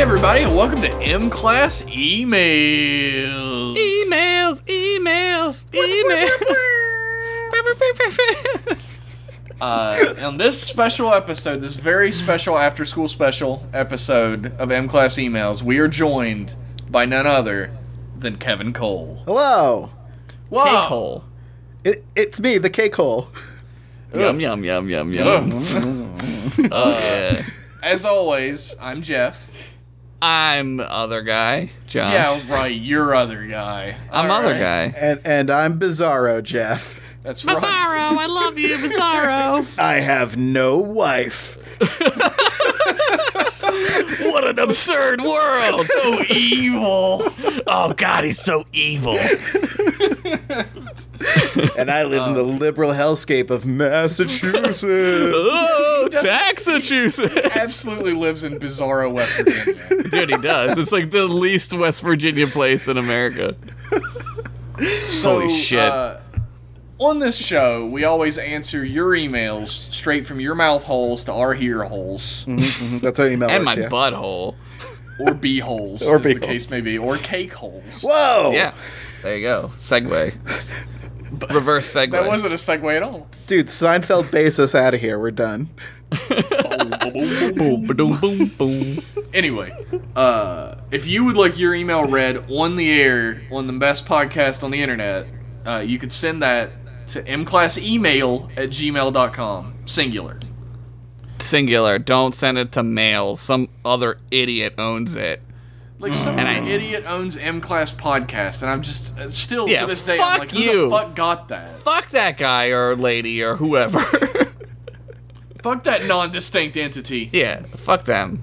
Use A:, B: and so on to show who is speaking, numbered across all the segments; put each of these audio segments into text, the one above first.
A: everybody, and welcome to M Class Emails.
B: Emails, emails, emails.
A: Uh, on this special episode, this very special after school special episode of M Class Emails, we are joined by none other than Kevin Cole.
C: Hello.
A: Whoa!
B: Cake hole.
C: It, it's me, the cake hole.
B: Yum, yum, yum, yum, yum. Oh, yeah.
A: As always, I'm Jeff.
B: I'm other guy, Josh.
A: Yeah, right, your other guy.
B: I'm
A: All
B: other
A: right,
B: guy.
C: And and I'm Bizarro Jeff.
A: That's right.
B: Bizarro, I love you, Bizarro.
C: I have no wife.
B: what an absurd world.
A: So evil.
B: Oh, God, he's so evil.
C: And I live in the liberal hellscape of Massachusetts.
B: Oh, Taxachusetts.
A: Absolutely lives in Bizarro, West Virginia.
B: Dude, he does. It's like the least West Virginia place in America.
A: So,
B: Holy shit.
A: uh, on this show, we always answer your emails straight from your mouth holes to our ear holes
C: That's how you melt
B: and
C: it,
B: my
C: yeah.
B: butthole.
A: or bee holes,
C: Or
A: as the
C: bee
A: case may be, or cake holes.
C: Whoa!
B: Yeah. There you go. Segway. Reverse segue.
A: That wasn't a segue at all.
C: Dude, Seinfeld base us out of here. We're done.
B: boom, boom, boom, boom.
A: anyway, uh, if you would like your email read on the air on the best podcast on the internet, uh, you could send that to mclassemail at gmail.com. Singular.
B: Singular. Don't send it to mail. Some other idiot owns it.
A: Like some
B: And
A: an
B: I-
A: idiot owns M Class podcast, and I'm just uh, still
B: Yeah,
A: to this day
B: fuck
A: I'm like, who
B: you.
A: the fuck got that?
B: Fuck that guy or lady or whoever.
A: Fuck that non-distinct entity.
B: yeah. Fuck them.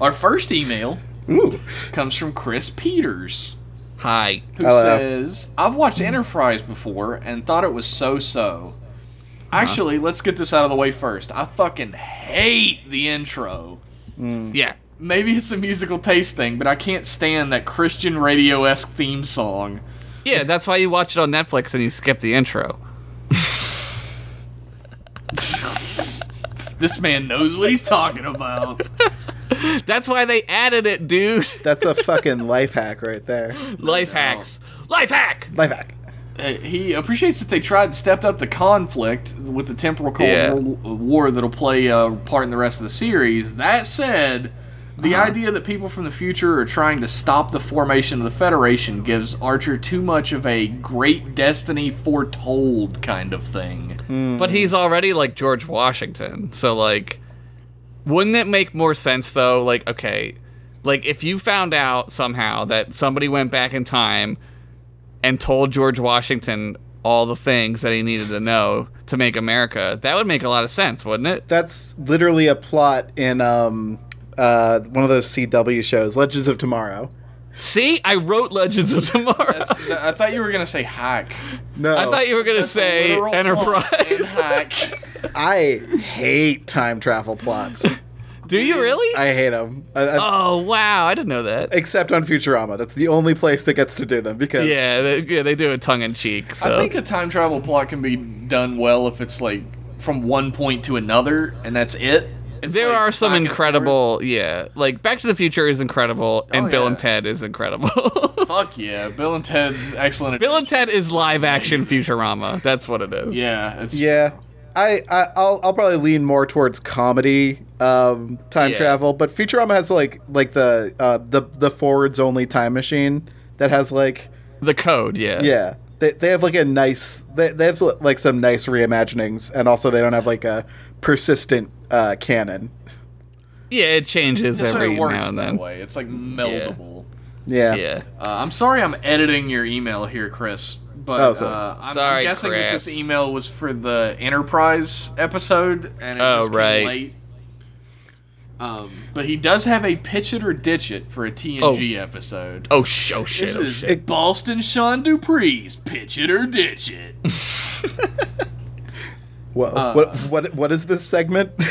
A: Our first email
C: Ooh.
A: comes from Chris Peters,
B: Hi.
A: who
C: Hello.
A: says, "I've watched Enterprise before and thought it was so-so. Actually, let's get this out of the way first. I fucking hate the intro.
B: Yeah.
A: Maybe it's a musical taste thing, but I can't stand that Christian radio-esque theme song.
B: Yeah, that's why you watch it on Netflix and you skip the intro.
A: This man knows what he's talking about."
B: That's why they added it, dude.
C: That's a fucking life hack right there.
B: Life hacks. Life hack.
C: Life hack.
A: Uh, he appreciates that they tried and stepped up the conflict with the temporal cold
B: Yeah.
A: war, war that'll play a part in the rest of the series. That said, the
B: Uh-huh.
A: idea that people from the future are trying to stop the formation of the Federation gives Archer too much of a great destiny foretold kind of thing.
B: But he's already like George Washington. So like wouldn't it make more sense though like okay, like if you found out somehow that somebody went back in time and told George Washington all the things that he needed to know to make America, that would make a lot of sense, wouldn't it?
C: That's literally a plot in um uh one of those CW shows, Legends of Tomorrow.
B: See, I wrote Legends of Tomorrow.
A: That's, th- I thought you were going to say hack.
C: No.
B: I thought you were going to
A: That's a
B: say
A: literal plot, man,
B: Enterprise.
A: hack.
C: I hate time travel plots.
B: Do you really?
C: I hate them. I, I,
B: oh, wow. I didn't know that.
C: except on Futurama. That's the only place that gets to do them because
B: Yeah, they, yeah, they do it tongue in cheek. So
A: I think a time travel plot can be done well if it's like from one point to another, and that's it. It's
B: There
A: like
B: are some
A: back and
B: incredible, yeah. Like Back to the Future is incredible, and
A: Oh,
B: Bill
A: yeah.
B: and Ted is incredible.
A: forth. Fuck yeah, Bill and Ted's excellent.
B: Bill and Ted is live action Futurama. That's what it is.
A: yeah, it's,
C: yeah. I, I I'll, I'll probably lean more towards comedy um, time
B: Yeah.
C: travel, but Futurama has like like the uh, the the forwards only time machine that has like
B: The code, yeah.
C: yeah they, they have like a nice they, they have like some nice reimaginings and also they don't have like a persistent uh, canon
B: Yeah, it changes
A: that's how
B: every
A: it works
B: now and
A: that
B: then.
A: way. It's like meldable.
C: yeah
B: Yeah.
A: Uh, I'm sorry, I'm editing your email here, Chris. But
C: Oh, sorry.
A: Uh, I'm,
B: Sorry,
A: I'm guessing that this
B: Chris.
A: email was for the Enterprise episode, and it
B: Oh,
A: just came
B: right.
A: late. Um, but he does have a pitch it or ditch it for a TNG episode.
B: Oh, sh- oh shit.
A: This
B: oh,
A: is
B: shit.
A: Boston Sean Dupree's pitch it or ditch it.
C: Whoa. what what what is this segment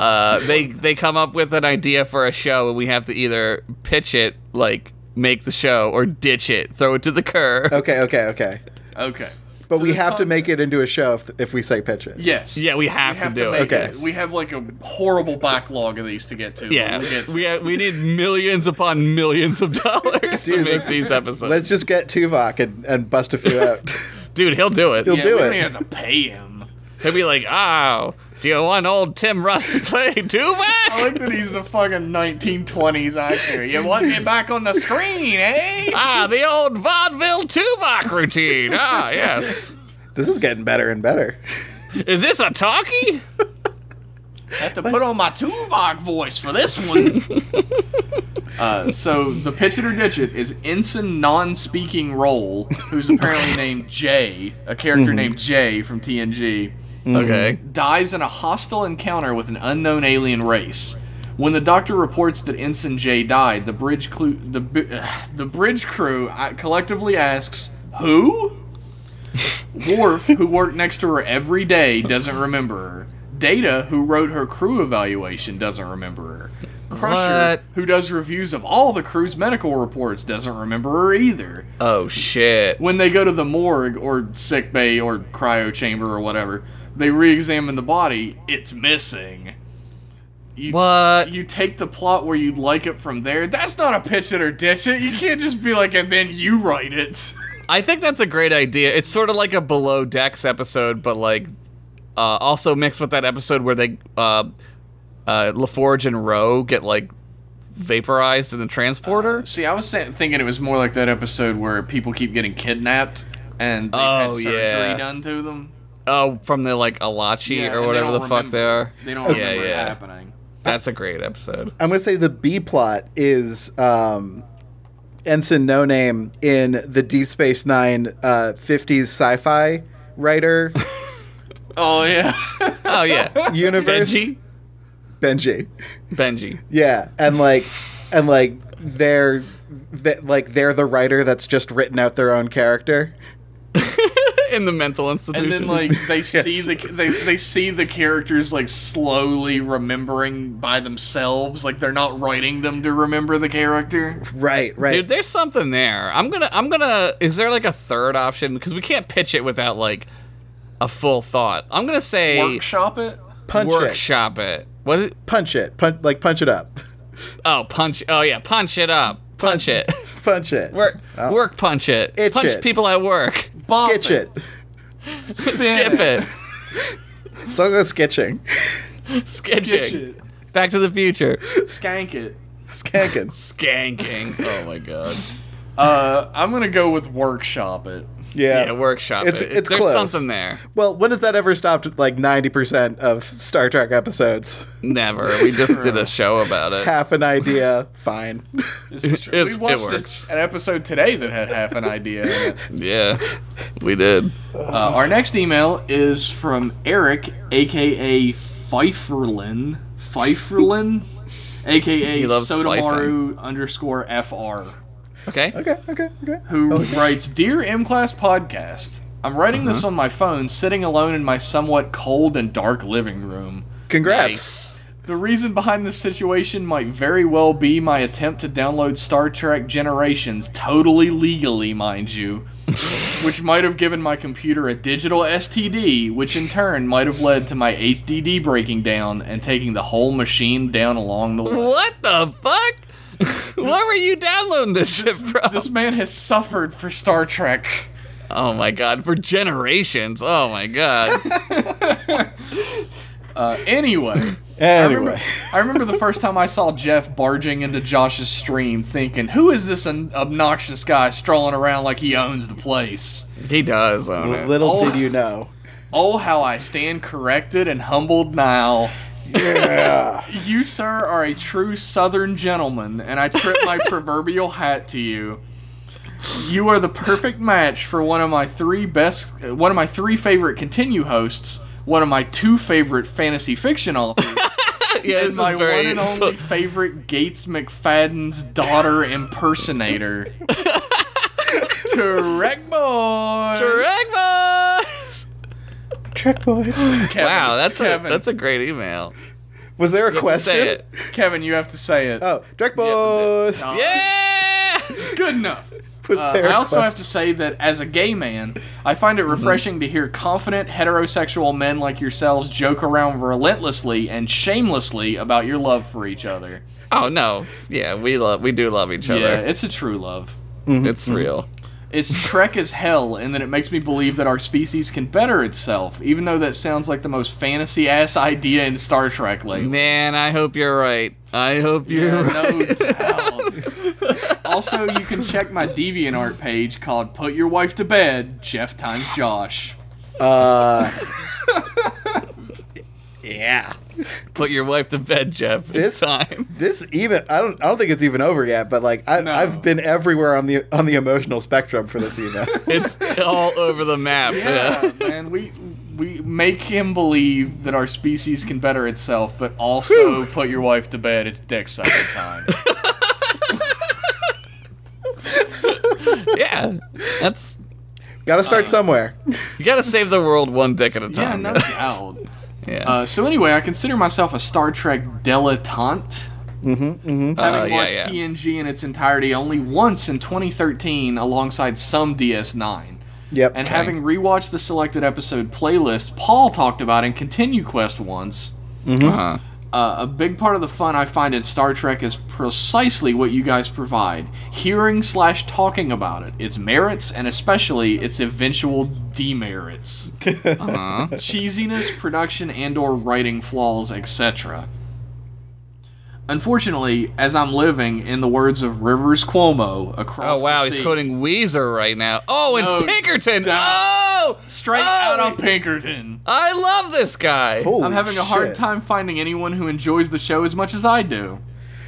B: Uh, they they come up with an idea for a show, and we have to either pitch it, like make the show, or ditch it, throw it to the curb.
C: okay okay okay
A: Okay.
C: But
A: So
C: we
A: this
C: have to
A: concept-
C: make it into a show if, if we say pitch it.
A: Yes.
B: Yeah, we have to do it.
A: make
C: Okay.
A: We have like a horrible backlog of these to get to. but
B: Yeah,
A: we'll get to
B: we uh, we need millions upon millions of dollars to
C: Dude,
B: make these episodes.
C: Let's just get Tuvok and, and bust a few out.
B: Dude, he'll do it.
C: He'll
A: yeah,
C: do
A: we
C: it.
A: don't even have to pay him.
B: He'll be like, "Oh, do you want old Tim Russ to play
A: I
B: Tuvok?
A: like that he's the fucking 1920s actor. You want me back on the screen, eh?
B: Ah, the old vaudeville Tuvok routine. Ah, yes.
C: this is getting better and better.
B: Is this a talkie?
A: have to put on my Tuvok voice for this one. uh, so the pitch it or ditch it is ensign non-speaking role, who's apparently named Jay, a character named Jay from TNG,
B: Okay.
A: dies in a hostile encounter with an unknown alien race. When the doctor reports that Ensign Jay died, the bridge clu- the bi- the bridge crew uh, collectively asks, "Who?" Worf, who worked next to her every day, doesn't remember her. Data, who wrote her crew evaluation, doesn't remember her. Crusher,
B: What?
A: who does reviews of all the crew's medical reports, doesn't remember her either.
B: Oh shit.
A: When they go to the morgue or sick bay or cryo chamber or whatever, they re-examine the body. It's missing. You t-
B: What?
A: you take the plot where you'd like it from there. That's not a pitch it or ditch it. You can't just be like, and then you write it.
B: I think that's a great idea. It's sort of like a below decks episode, but like uh, also mixed with that episode where they uh, uh, LaForge and Roe get like vaporized in the transporter.
A: See, I was sa- thinking it was more like that episode where people keep getting kidnapped and they
B: Oh,
A: had surgery
B: yeah.
A: done to them.
B: Oh, from the like Alachi
A: Yeah, and
B: or
A: they
B: whatever
A: don't
B: the fuck they are.
A: They don't
B: yeah,
A: remember
B: yeah.
A: it happening.
B: That's a great episode.
C: I'm gonna say the B plot is um, Ensign No Name in the Deep Space Nine uh, 50s sci-fi writer
A: Oh yeah.
B: Oh yeah,
C: universe.
B: Benji.
C: Benji.
B: Benji.
C: Yeah, and like, and like they're they, like they're the writer that's just written out their own character.
B: in the mental institution.
A: and then like they see the they, they see the characters like slowly remembering by themselves like they're not writing them to remember the character
C: Right. Right.
B: Dude, there's something there. I'm gonna, I'm gonna. Is there like a third option? Because we can't pitch it without like a full thought. I'm gonna say
A: workshop it
C: punch it.
B: workshop it. Was it?
C: Punch it. Punch like punch it up.
B: Oh, punch. Oh yeah, punch it up. Punch it.
C: Punch it.
B: Work,
C: Oh.
B: work, punch it.
C: Itch
B: punch
C: it.
B: people at work.
A: Bop
C: Sketch it.
B: Skip it.
C: It's all go sketching.
A: sketch
B: Sketching.
A: it
B: Back to the future.
A: skank it
C: Skanking.
B: Skanking. Oh my god.
A: uh i'm gonna go with workshop it
C: Yeah.
B: Yeah, workshop
C: It's-
B: it.
C: it's
B: there's
C: close.
B: something there.
C: Well, when has that ever stopped like 90% of Star Trek episodes?
B: Never. We just did a show about it.
C: Half an idea, fine.
A: this is true.
B: It's-
A: we
B: it
A: watched
B: works.
A: this- an episode today that had half an idea in it.
B: Yeah, we did.
A: Uh, our next email is from Eric, aka Pfeifferlin. Pfeifferlin? aka
B: He loves
A: Sodamaru underscore FR,
B: Okay.
C: Okay, okay, okay.
A: who writes Dear M Class Podcast, I'm writing
B: Uh-huh.
A: this on my phone, sitting alone in my somewhat cold and dark living room.
C: Congrats.
B: Nice.
A: The reason behind this situation might very well be my attempt to download Star Trek Generations, totally legally, mind you, which might have given my computer a digital STD, which in turn might have led to my HDD breaking down and taking the whole machine down along the way.
B: What the fuck? Where were you downloading this shit from?
A: This man has suffered for Star Trek.
B: oh my god, for generations. Oh my god.
A: Uh, anyway. I
C: Anyway,
A: remember, I remember the first time I saw Jeff barging into Josh's stream thinking, who is this an- obnoxious guy strolling around like he owns the place?
B: he does own it.
C: little
A: Oh.
C: did you know.
A: Oh, how I stand corrected and humbled now.
C: Yeah.
A: You, sir, are a true southern gentleman, and I trip my proverbial hat to you. You are the perfect match for one of my three best, uh, one of my three favorite continue hosts, one of my two favorite fantasy fiction authors,
B: yeah, this
A: and my
B: is very.
A: one and only favorite Gates McFadden's daughter impersonator. Turek boy.
B: Dragmas!
C: Trek boys.
A: Kevin,
B: Wow, that's
A: Kevin,
B: a that's a great email.
C: Was there a question?
B: Say it.
C: Uh,
A: Kevin. You have to say it.
C: Oh, Trek boys.
A: No.
B: Yeah!
A: Good enough.
C: Was
A: Uh,
C: there a
A: I also
C: quest-
A: have to say that as a gay man, I find it refreshing to hear confident heterosexual men like yourselves joke around relentlessly and shamelessly about your love for each other.
B: Oh no, yeah, we love, we do love each
A: Yeah,
B: other.
A: it's a true love.
B: It's real.
A: It's trek as hell, and that it makes me believe that our species can better itself, even though that sounds like the most fantasy ass idea in Star Trek lately.
B: Man, I hope you're right. I hope you're right.
A: No doubt. also, you can check my DeviantArt page called Put Your Wife to Bed, Jeff Times Josh.
C: Uh, yeah.
B: Put your wife to bed, Jeff.
C: This-
B: It's time.
C: This even I don't I don't think it's even over yet, but like I,
A: No.
C: I've been everywhere on the on the emotional spectrum for this email.
B: It's all over the map. Yeah.
A: Yeah, Uh, man, we we make him believe that our species can better itself, but also put your wife to bed. It's dick sucking time.
B: yeah. That's
C: Got to
A: Um,
C: start somewhere.
B: you gotta save the world one dick at a
A: yeah,
B: time.
A: no
B: guys.
A: doubt.
B: Yeah.
A: Uh, so anyway, I consider myself a Star Trek dilettante.
B: Uh,
A: Having
B: yeah,
A: watched
B: yeah.
A: TNG in its entirety only once in 2013, alongside some DS9.
C: Yep.
A: And having rewatched the selected episode playlist Paul talked about in Continue Quest once,
B: Uh-huh.
A: uh, a big part of the fun I find in Star Trek is precisely what you guys provide: hearing slash talking about it, its merits, and especially its eventual demerits, Uh-huh. cheesiness, production, and/or writing flaws, etc. Unfortunately, as I'm living, in the words of Rivers Cuomo, across
B: Oh wow,
A: the
B: he's
A: sea,
B: quoting Weezer right now. Oh, and
A: No
B: Pinkerton.
A: doubt.
B: Oh,
A: straight
B: oh,
A: out of Pinkerton.
B: I love this guy.
C: Holy
A: I'm having a hard
C: shit.
A: time finding anyone who enjoys the show as much as I do.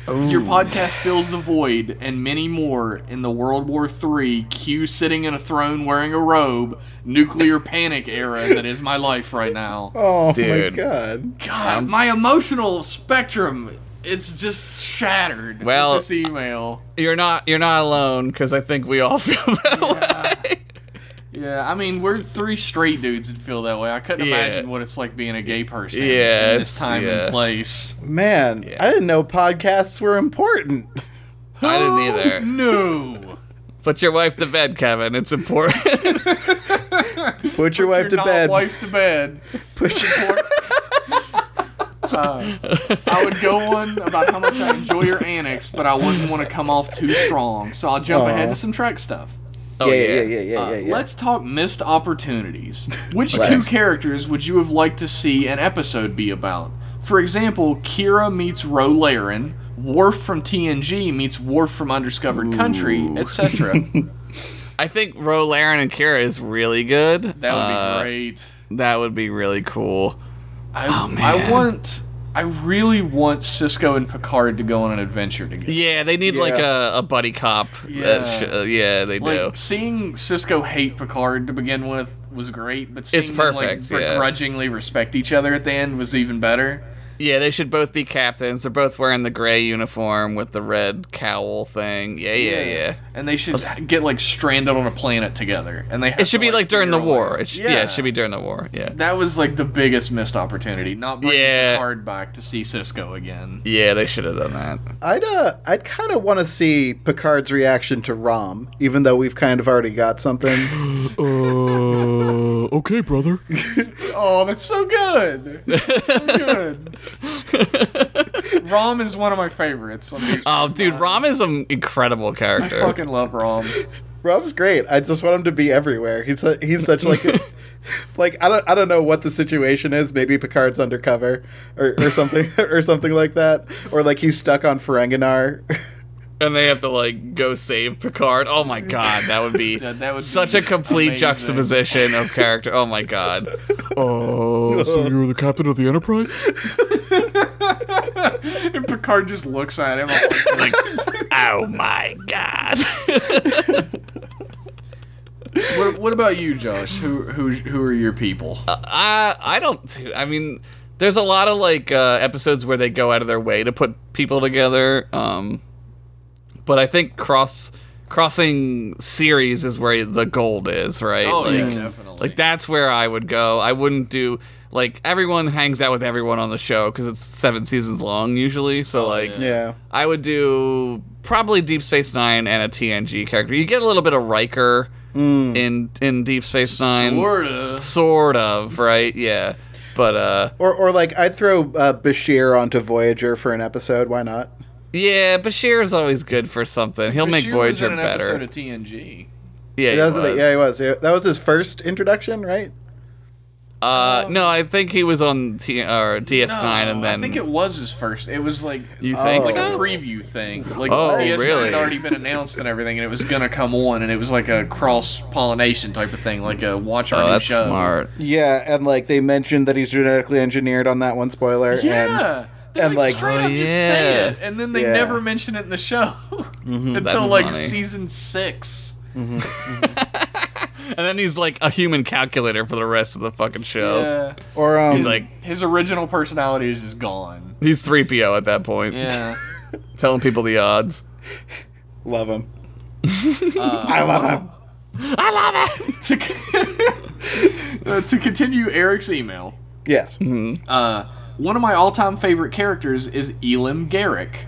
A: Your podcast fills the void and many more in the World War III, Q sitting in a throne wearing a robe, nuclear panic era that is my life right now.
C: Oh
B: Dude.
C: my god.
A: God, my emotional spectrum it's just shattered
B: Well-
A: with this email.
B: You're not you're not alone because I think we all feel that way.
A: Yeah, I mean we're three straight dudes that feel that way. I couldn't
B: Yeah.
A: imagine what it's like being a gay person
B: Yeah,
A: in this
B: it's-
A: time
B: yeah.
A: and place.
C: Man, I didn't know podcasts were important.
B: I didn't either.
A: Oh, No.
B: Put your wife to bed, Kevin. It's important.
C: Put, your wife to
A: not
C: bed.
A: Wife to bed.
C: Put your
A: Uh, I would go on about how much I enjoy your annex, but I wouldn't want to come off too strong, so I'll jump ahead to some Trek stuff.
B: oh
C: yeah, yeah, yeah, yeah, yeah,
A: Uh,
C: yeah.
A: Let's talk missed opportunities. Which two
C: Let's.
A: characters would you have liked to see an episode be about? For example, Kira meets Ro Laren, Worf from TNG meets Worf from Undiscovered Country, etc.
B: I think Ro Laren and Kira is really good.
A: That would
B: Uh,
A: be great.
B: That would be really cool.
A: I, I
B: Oh, man.
A: want. I really want Cisco and Picard to go on an adventure together.
B: Yeah, they need like a, a buddy cop. Yeah,
A: Yeah.
B: sh- uh, yeah they
A: Like
B: do.
A: seeing Cisco hate Picard to begin with was great, but seeing
B: It's perfect,
A: them like
B: yeah.
A: begrudgingly respect each other at the end was even better.
B: Yeah, they should both be captains. They're both wearing the gray uniform with the red cowl thing. Yeah, yeah, yeah.
A: And they should get like stranded on a planet together, and they have
B: It should
A: to,
B: be
A: like,
B: like during the
A: figure a way-
B: war. It sh- yeah. it should be during the war. Yeah.
A: That was like the biggest missed opportunity, not bringing
B: Yeah.
A: Picard back to see Cisco again.
B: Yeah, they should have done that.
C: I'd uh, I'd kind of want to see Picard's reaction to Rom, even though we've kind of already got something.
B: Uh, okay, brother.
A: Oh, that's so good, so good. Rom is one of my favorites. I mean,
B: Oh, dude, Rom is an incredible character.
A: fucking love Rom.
C: Rom's great. I just want him to be everywhere. He's a, he's such like a, like I don't I don't know what the situation is. Maybe Picard's undercover or, or something or something like that, or like he's stuck on Ferenginar.
B: and they have to like go save Picard. Oh my god, that would be
A: That- that would be
B: such a complete
A: amazing.
B: juxtaposition of character. Oh my god.
D: Uh, so you're the captain of the Enterprise?
A: And Picard just looks at him. I'm Like,
B: Oh my god.
A: what, what about you, Josh? Who who who are your people?
B: I I don't do- I mean there's a lot of like uh, episodes where they go out of their way to put people together. Um but I think cross crossing series is where the gold is, right?
A: Oh,
B: like,
A: yeah, definitely.
B: Like that's where I would go. I wouldn't do like everyone hangs out with everyone on the show because it's seven seasons long usually.
A: Oh,
B: So like,
C: Yeah.
B: I would do probably Deep Space Nine and a TNG character. You get a little bit of Riker
A: Mm.
B: in in Deep Space Nine,
A: Sorta.
B: sort of, right? Yeah, but uh,
C: Or, or like I'd throw uh, Bashir onto Voyager for an episode. Why not?
B: yeah, Bashir is always good for something. He'll make
A: Bashir was in
B: Voyager
A: an
B: better.
A: Episode of TNG.
B: yeah, he
C: That was the-
B: was.
C: yeah, he was. Yeah, That was his first introduction, right?
B: Uh, no, I think he was on T- or DS9, and
A: No,
B: then
A: I think it was his first. It was like oh,
B: You think
A: like
B: so?
A: a preview thing. Like
B: Oh,
A: DS9
B: really?
A: had already been announced and everything, and it was gonna come on, and it was like a cross pollination type of thing, like a watch our
B: oh,
A: new
B: that's
A: show.
B: smart.
C: Yeah, and like they mentioned that he's genetically engineered on that one spoiler. and-
A: Yeah. They
C: and,
A: like,
C: like-
A: straight
B: Oh,
A: up just say
B: yeah. Mm-hmm.
A: it, and then they
C: Yeah.
A: never mention it in the show
B: that's
A: until like
B: funny.
A: season six.
B: And then he's like a human calculator for the rest of the fucking show.
A: Yeah.
C: or um,
B: He's like
A: His original personality is just gone.
B: he's three PO at that point,
A: Yeah.
B: telling people the odds.
C: love him. I love him.
B: I love it.
A: to, uh, to continue Eric's email,
C: Yes.
A: uh, one of my all-time favorite characters is Elim Garrick.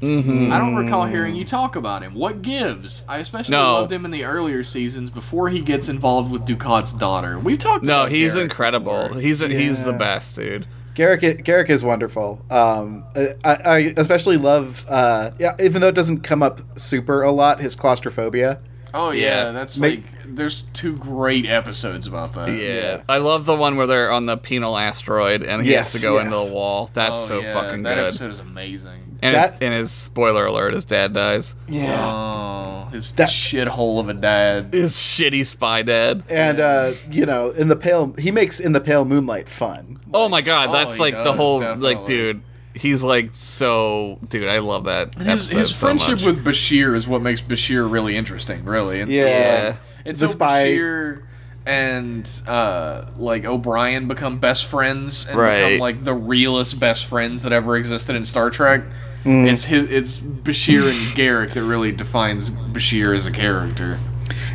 B: Mm-hmm.
A: I don't recall hearing you talk about him. What gives? I especially
B: No.
A: loved him in the earlier seasons before he gets involved with Ducat's daughter. We've talked.
B: No,
A: about
B: he's
A: Garrick
B: incredible.
A: before.
B: He's he's
C: Yeah.
B: the best, dude.
C: Garrick, i- Garrick is wonderful. Um, I, I especially love, uh, yeah, even though it doesn't come up super a lot, his claustrophobia.
A: Oh yeah,
B: Yeah.
A: that's
C: Ma-
A: like there's two great episodes about that.
B: Yeah. I love the one where they're on the penal asteroid and he
C: Yes,
B: has to go
C: yes.
B: into the wall. That's
A: Oh,
B: so
A: yeah,
B: fucking
A: that
B: good.
A: episode is amazing.
B: and, his,
C: That-
B: and his spoiler alert: his dad dies.
C: Yeah.
A: Oh, his
C: That-
A: shithole of a dad.
B: His shitty spy dad.
C: And uh, you know, in the pale, he makes in the pale moonlight fun.
B: Oh my god,
A: Oh,
B: that's
A: he
B: like the
A: does,
B: whole like,
A: definitely.
B: dude. He's like so, dude. I love that
A: His,
B: episode
A: his
B: so
A: friendship
B: much.
A: with Bashir is what makes Bashir really interesting, really. Until,
C: Yeah.
A: Like,
C: The
A: until
C: spy-
A: Bashir and uh, like O'Brien become best friends and
B: Right.
A: become like the realest best friends that ever existed in Star Trek. It's his, it's Bashir and Garrick that really defines Bashir as a character.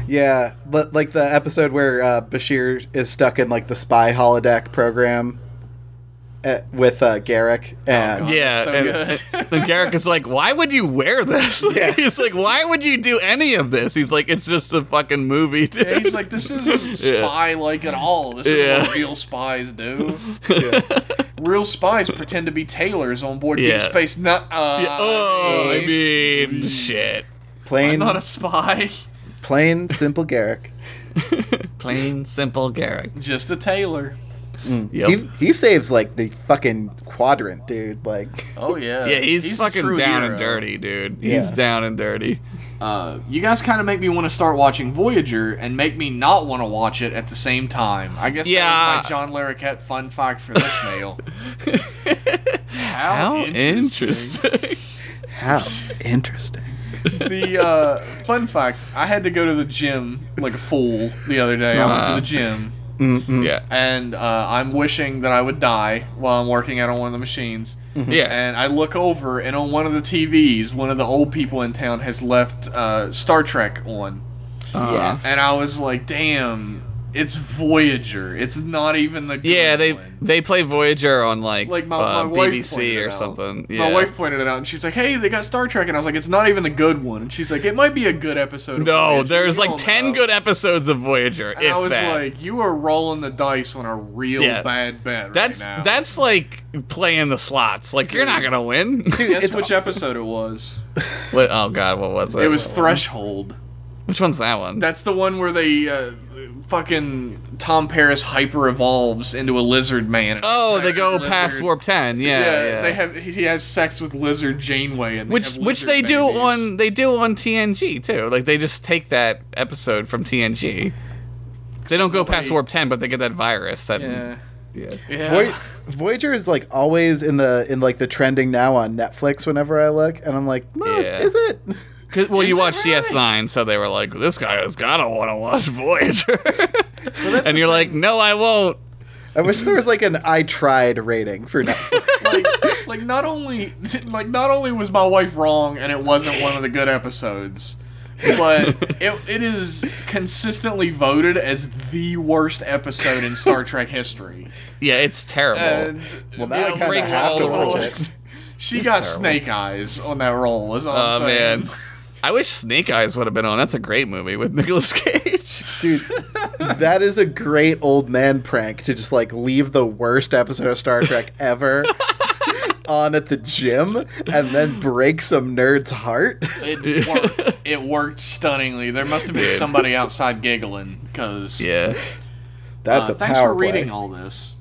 C: Yeah, but like the episode where uh, Bashir is stuck in like the spy holodeck program uh with uh, Garrick, and
A: God.
B: yeah,
A: So
B: and,
A: good.
B: and- and Garrick is like, "Why would you wear this?"
C: Yeah.
B: he's like, "Why would you do any of this?" He's like, "It's just a fucking movie." Dude.
A: Yeah, he's like, this isn't
B: Yeah.
A: spy like at all. This is
B: Yeah.
A: what real spies do. Real spies pretend to be tailors on board
B: Yeah.
A: Deep Space Nine. Uh,
B: oh, I mean, shit.
C: plain,
A: not a spy,
C: plain, simple Garrick.
B: Plain, simple Garrick.
A: just a tailor.
B: Yep.
C: He he saves like the fucking quadrant, dude. Like.
A: Oh yeah,
B: yeah, he's,
A: a
B: fucking
A: true
B: down
A: hero.
B: and dirty, dude. He's
C: Yeah.
B: down and dirty.
A: Uh, you guys kind of make me want to start watching Voyager and make me not want to watch it at the same time. I guess
B: Yeah.
A: that was my John Larroquette fun fact for this mail. How,
B: How
A: interesting.
B: interesting.
C: How interesting.
A: the uh, fun fact I had to go to the gym like a fool the other day. I went to
B: Uh-huh.
A: the gym
B: yeah.
A: and uh, I'm wishing that I would die while I'm working out on one of the machines.
B: Yeah.
A: And I look over and on one of the TVs, one of the old people in town has left uh, Star Trek on.
B: Uh,
C: yes.
A: And I was like, damn, it's Voyager. It's not even the. Good
B: Yeah, they
A: one."
B: they play Voyager on like,
A: Like my,
B: uh,
A: my wife pointed
B: BBC
A: it
B: or
A: out.
B: something. Yeah.
A: My wife pointed it out, and she's like, "Hey, they got Star Trek," and I was like, "It's not even the good one." And she's like, "It might be a good episode." of
B: No,
A: Voyager.
B: there's
A: You
B: like
A: don't
B: ten
A: know."
B: good episodes of Voyager.
A: And
B: if
A: I was
B: that.
A: like, "You are rolling the dice on a real
B: Yeah.
A: bad bet right
B: that's
A: now."
B: that's like playing the slots. Like you're not gonna win.
A: Guess
C: it's-
A: which episode it was?
B: What- oh God, what was it?
A: It was Threshold.
B: Which one's that one?
A: That's the one where they uh, fucking Tom Paris hyper evolves into a lizard man.
B: oh, they
A: Sex
B: go
A: with
B: past
A: lizard.
B: warp ten. Yeah,
A: Yeah,
B: yeah.
A: they have. He he has sex with lizard Janeway, and they
B: which
A: have
B: which
A: lizard
B: they do
A: babies.
B: on they do on TNG too. Like they just take that episode from TNG. They don't go past
A: nobody-
B: warp ten, but they get that virus. That
A: Yeah.
B: yeah.
A: Yeah.
C: Voy- Voyager is like always in the in like the trending now on Netflix whenever I look and I'm like, no,
B: Yeah.
C: is it?
B: 'Cause- well, you
A: it
B: watch
A: really?
B: CS9, so they were like, "This guy has gotta want to watch Voyager,"
A: that's
B: and
A: the
B: you're like, "No, I won't."
C: I wish there was like an I tried rating for Netflix.
A: like, like not only like not only was my wife wrong and it wasn't one of the good episodes but it, it is consistently voted as the worst episode in Star Trek history.
B: Yeah, it's terrible.
A: And
C: Well, now I
B: it
C: kind of
B: breaks
C: have
B: all
C: to
B: the
C: watch
B: rules.
C: it.
A: she got
B: terrible.
A: snake eyes on that role. Is all
B: oh
A: I'm saying.
B: man, I wish Snake Eyes would have been on. That's a great movie with Nicolas Cage.
C: Dude, that is a great old man prank to just like leave the worst episode of Star Trek ever on at the gym and then break some nerd's heart.
A: It worked. It worked stunningly. There must have been somebody outside giggling because.
B: yeah,
C: That's a
A: Uh, thanks
C: power
A: for reading
C: play.
A: all this.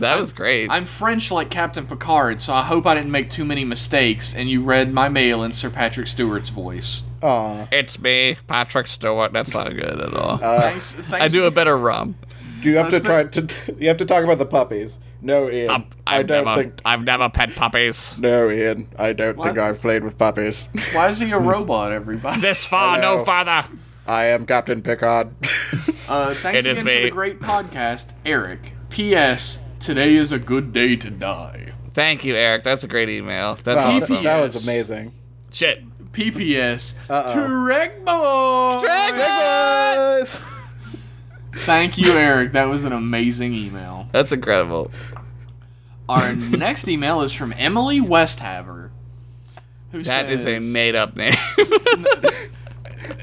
B: that was great.
A: I'm French like Captain Picard, so I hope I didn't make too many mistakes and you read my mail in Sir Patrick Stewart's voice.
C: Aw.
B: it's me, Patrick Stewart. That's not good at all.
C: Uh,
A: thanks, thanks.
B: I do a better rum.
C: Do you
A: Uh,
C: have to try to? You have to talk about the puppies. No, Ian.
A: Um,
B: I'm,
C: I
B: Um, I've
C: do not
B: never,
C: think.
B: I've never pet puppies.
C: No, Ian. I don't think
A: What?
C: I've played with puppies.
A: Why is he a robot, everybody?
B: This far, no
C: Hello.
B: farther.
C: I am Captain Picard.
A: Uh, thanks
B: It is
A: again
B: me.
A: for the great podcast, Eric. P.S. Today is a good day to die.
B: Thank you, Eric. That's a great email. That's
C: Wow,
B: awesome.
C: Uh, that was
A: Yes.
C: amazing.
B: Shit.
A: P.P.S.
C: Uh-oh.
A: Trek boy. Thank you, Eric. That was an amazing email.
B: That's incredible.
A: Our next email is from Emily Westhaver. Who
B: That is a
A: says-
B: made up name.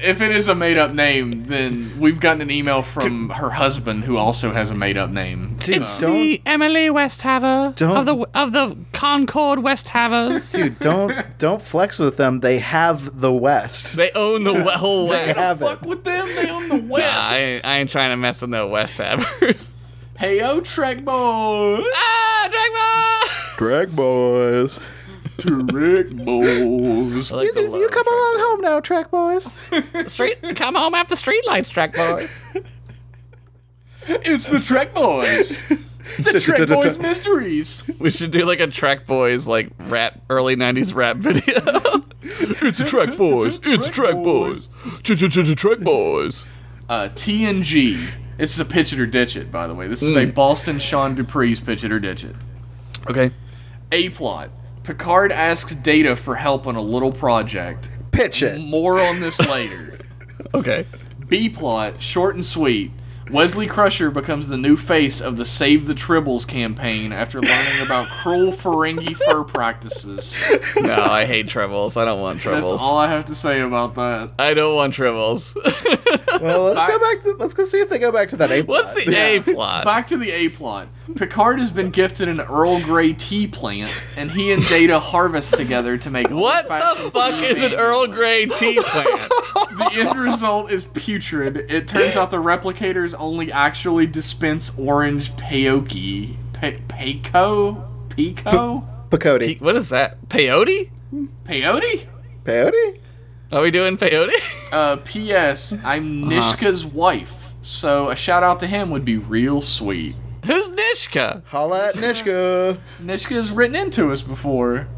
A: If it is a made up name, then we've gotten an email from her husband who also has a made up name.
C: Dude,
B: Me, Emily Westhaver
C: Don't-
B: of the of the Concord Westhavers.
C: dude, don't don't flex with them. They have the West.
B: they own the we- whole
C: They
B: West.
C: have it.
A: Fuck with them, they on the West.
B: I, ain't- I ain't trying to mess with no Westhavers.
A: Hey, yo, Trek boy.
B: ah, Dragma!
C: Drag boys.
A: Trek boys.
B: I like the
C: You
B: lower
C: come along home now, track boys.
B: track. Street, come home after streetlights, track boys.
A: It's the Trek boys. The Trek boys mysteries.
B: We should do like a Trek Boys like rap early '90s rap video.
D: It's Trek Boys. It's Trek Boys. Trek Boys.
A: Uh, TNG. This is a pitch it or ditch it, by the way. This is a Boston Sean Dupree's pitch it or ditch it.
B: okay.
A: A plot. Picard asks Data for help on a little project.
C: Pitch it.
A: More on this later.
B: Okay.
A: B plot, short and sweet. Wesley Crusher becomes the new face of the Save the Tribbles campaign after learning about cruel Ferengi fur practices.
B: No, I hate tribbles. I don't want
A: That's
B: tribbles.
A: all I have to say about that.
B: I don't want tribbles.
C: Well, let's go back. To, let's go see if they go back to that A
B: What's the A plot?
A: Back to the A plot. Picard has been gifted an Earl Grey tea plant, and he and Data harvest together to make.
B: What the
A: old-fashioned
B: fuck
A: tea
B: is an
A: manually.
B: Earl Grey tea plant?
A: The end result is putrid. It turns out the replicators only actually dispense orange peyote. Pe- peco? Pico?
C: Peyote.
B: what is that? Peyote?
A: Peyote?
C: Peyote.
B: Are we doing peyote?
A: Uh, P.S. I'm
B: Uh-huh.
A: Nishka's wife, so a shout out to him would be real sweet.
B: Who's Nishka?
C: Holla at Nishka.
A: Nishka's written into us before.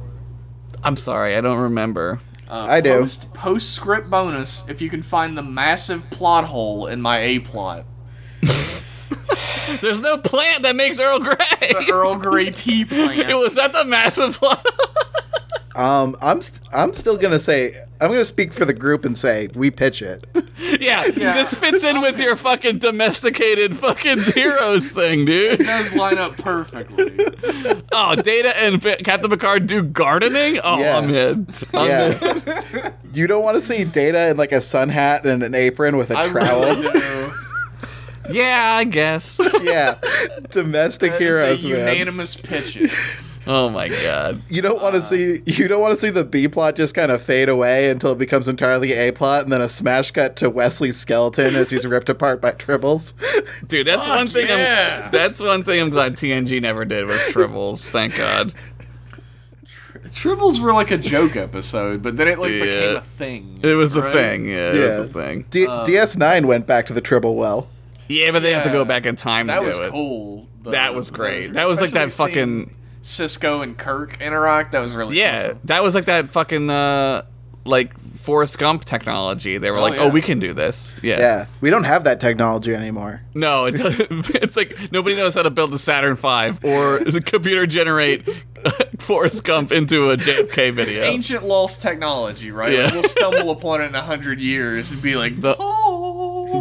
B: I'm sorry, I don't remember.
A: Uh,
C: I do.
A: Post, postscript bonus if you can find the massive plot hole in my A plot.
B: There's no plant that makes Earl Grey.
A: Earl Grey tea
B: It
A: plant.
B: was that the massive plot.
C: Um, I'm st- I'm still gonna say I'm gonna speak for the group and say we pitch it.
B: yeah, this fits in with your fucking domesticated fucking heroes thing, dude.
A: It does line up perfectly.
B: Oh, Data and Fa- Captain Picard do gardening? Oh,
C: Yeah.
B: I'm in. I'm in.
C: Yeah. you don't want to see Data in like a sun hat and an apron with a
A: I
C: trowel.
A: really do.
B: Yeah, I guess.
C: yeah. Domestic
A: It's
C: heroes,
A: a
C: man.
A: unanimous pitch. It.
B: oh my god.
C: You don't
B: Uh,
C: want to see you don't want to see the B plot just kind of fade away until it becomes entirely A plot and then a smash cut to Wesley's skeleton as he's ripped apart by tribbles.
B: Dude, that's one thing
A: yeah.
B: I'm that's one thing I'm glad TNG never did was tribbles, thank god.
A: Tribbles were like a joke episode, but then it like became
B: Yeah.
A: a thing.
B: It was a
A: right?
B: thing. Yeah, it
C: Yeah.
B: was a thing.
C: D- DS9 went back to the tribble well.
B: Yeah, but they have to
A: Yeah.
B: go back in time
A: That
B: to
A: was
B: do it.
A: cool. though.
B: That was great. That was like that
A: especially seeing
B: fucking
A: Cisco and Kirk interact. That was really
B: Yeah,
A: awesome.
B: that was like that fucking uh like Forrest Gump technology. They were like,
A: yeah.
B: "Oh, we can do this." Yeah.
C: Yeah, we don't have that technology anymore.
B: No, it doesn't. it's like nobody knows how to build the Saturn Five or is a computer generate Forrest Gump into a JFK video.
A: Ancient lost technology, right?
B: Yeah.
A: Like, we'll stumble upon it in a hundred years and be like,
B: The-
A: oh.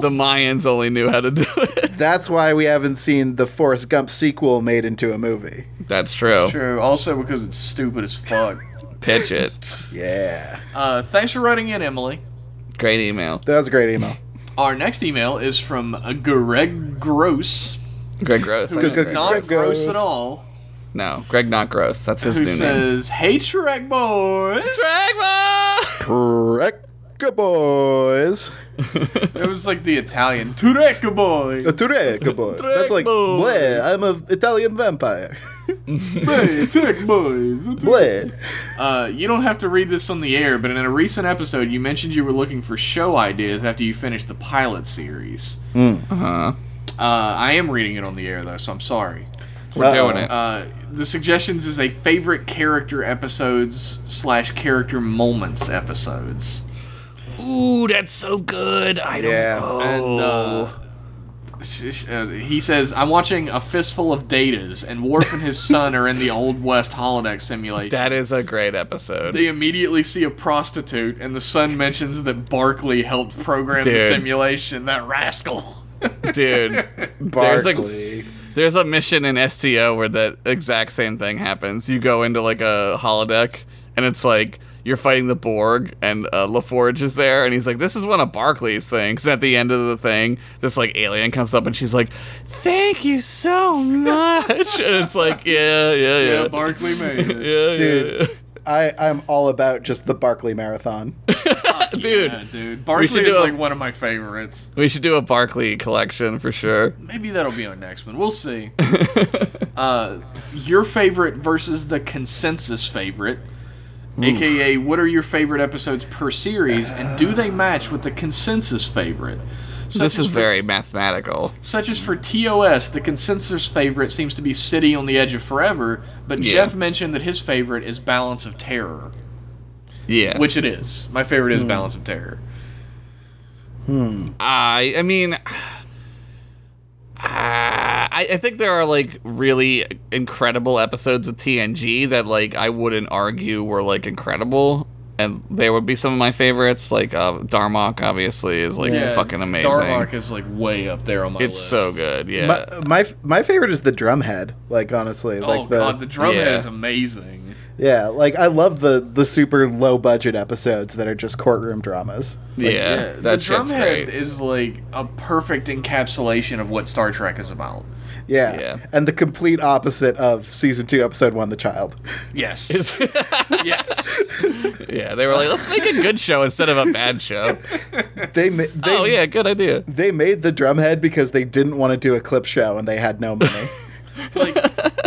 B: The Mayans only knew how to do it.
C: That's why we haven't seen the Forrest Gump sequel made into a movie.
B: That's true.
A: True. Also because it's stupid as fuck.
B: Pitch it.
C: Yeah.
A: Uh, thanks for writing in, Emily.
B: Great email.
C: That was a great email.
A: Our next email is from uh, Greg Gross,
B: Greg Gross. I
A: who is
B: know Greg
A: not
B: Gross.
A: gross.
C: Gross.
A: at all,
B: No, Greg not gross. That's his
A: who
B: new name.
A: says, "Hey Shrek boys."
B: Dragma!
C: Trek boys.
A: It was like the Italian Turek boys.
C: Trek Uh, boys. That's like,
B: boys.
C: bleh, I'm an Italian vampire.
A: Hey, Turek boys.
C: Bleh.
A: Uh, you don't have to read this on the air, but in a recent episode, you mentioned you were looking for show ideas after you finished the pilot series.
B: Uh-huh.
A: Uh, I am reading it on the air though, so I'm sorry.
B: We're
C: Uh-oh.
B: doing it.
A: Uh, the suggestions is a favorite character episodes slash character moments episodes.
B: Ooh, that's so good. I don't
C: Yeah.
B: know.
A: And uh,
B: Oh.
A: s- s- uh, he says, "I'm watching a fistful of datas, and Worf and his son are in the Old West holodeck simulation.
B: that is a great episode.
A: they immediately see a prostitute, and the son mentions that Barkley helped program
B: Dude.
A: the simulation. That rascal.
B: Dude. there's like
C: Barkley.
B: there's a mission in STO where that exact same thing happens. You go into like a holodeck and it's like you're fighting the Borg and uh, LaForge is there and he's like, This is one of Barclay's things. And at the end of the thing, this like alien comes up and she's like, Thank you so much. and it's like, Yeah, yeah, yeah.
A: yeah, Barkley made it.
B: yeah,
C: Dude.
B: yeah,
C: I, I'm all about just the Barkley Marathon.
B: yeah. dude.
A: Yeah, dude. Barkley
B: should
A: is
B: do a-
A: like one of my favorites.
B: We should do a Barclay collection for sure.
A: Maybe that'll be our next one. We'll see. uh, your favorite versus the consensus favorite, aka what are your favorite episodes per series, and do they match with the consensus favorite? Such
B: This
A: as
B: is
A: for-
B: very mathematical.
A: Such as for TOS, the consensus favorite seems to be City on the Edge of Forever, but
B: Yeah.
A: Jeff mentioned that his favorite is Balance of Terror,
B: Yeah.
A: which it is. My favorite
B: Hmm.
A: is Balance of Terror.
B: I I mean, uh, I I think there are like really incredible episodes of TNG that like I wouldn't argue were like incredible, and they would be some of my favorites. Like uh, Darmok, obviously, is like fucking amazing.
A: Darmok is like way up there on my
B: it's
A: list.
B: so good. Yeah.
C: My, my my favorite is the drumhead. Like honestly,
A: Oh
C: like the
A: god, the drumhead
B: yeah.
A: is amazing.
C: yeah, like I love the the super low budget episodes that are just courtroom dramas.
B: yeah,
A: Uh, the
B: that shit's
A: drumhead
B: great.
A: is like a perfect encapsulation of what Star Trek is about.
C: Yeah.
B: Yeah.
C: And the complete opposite of season two, episode one, The Child.
A: Yes. yes.
B: yeah, they were like, let's make a good show instead of a bad show.
C: They, ma- they,
B: oh yeah, good idea.
C: they made the drumhead because they didn't want to do a clip show and they had no money.
A: Like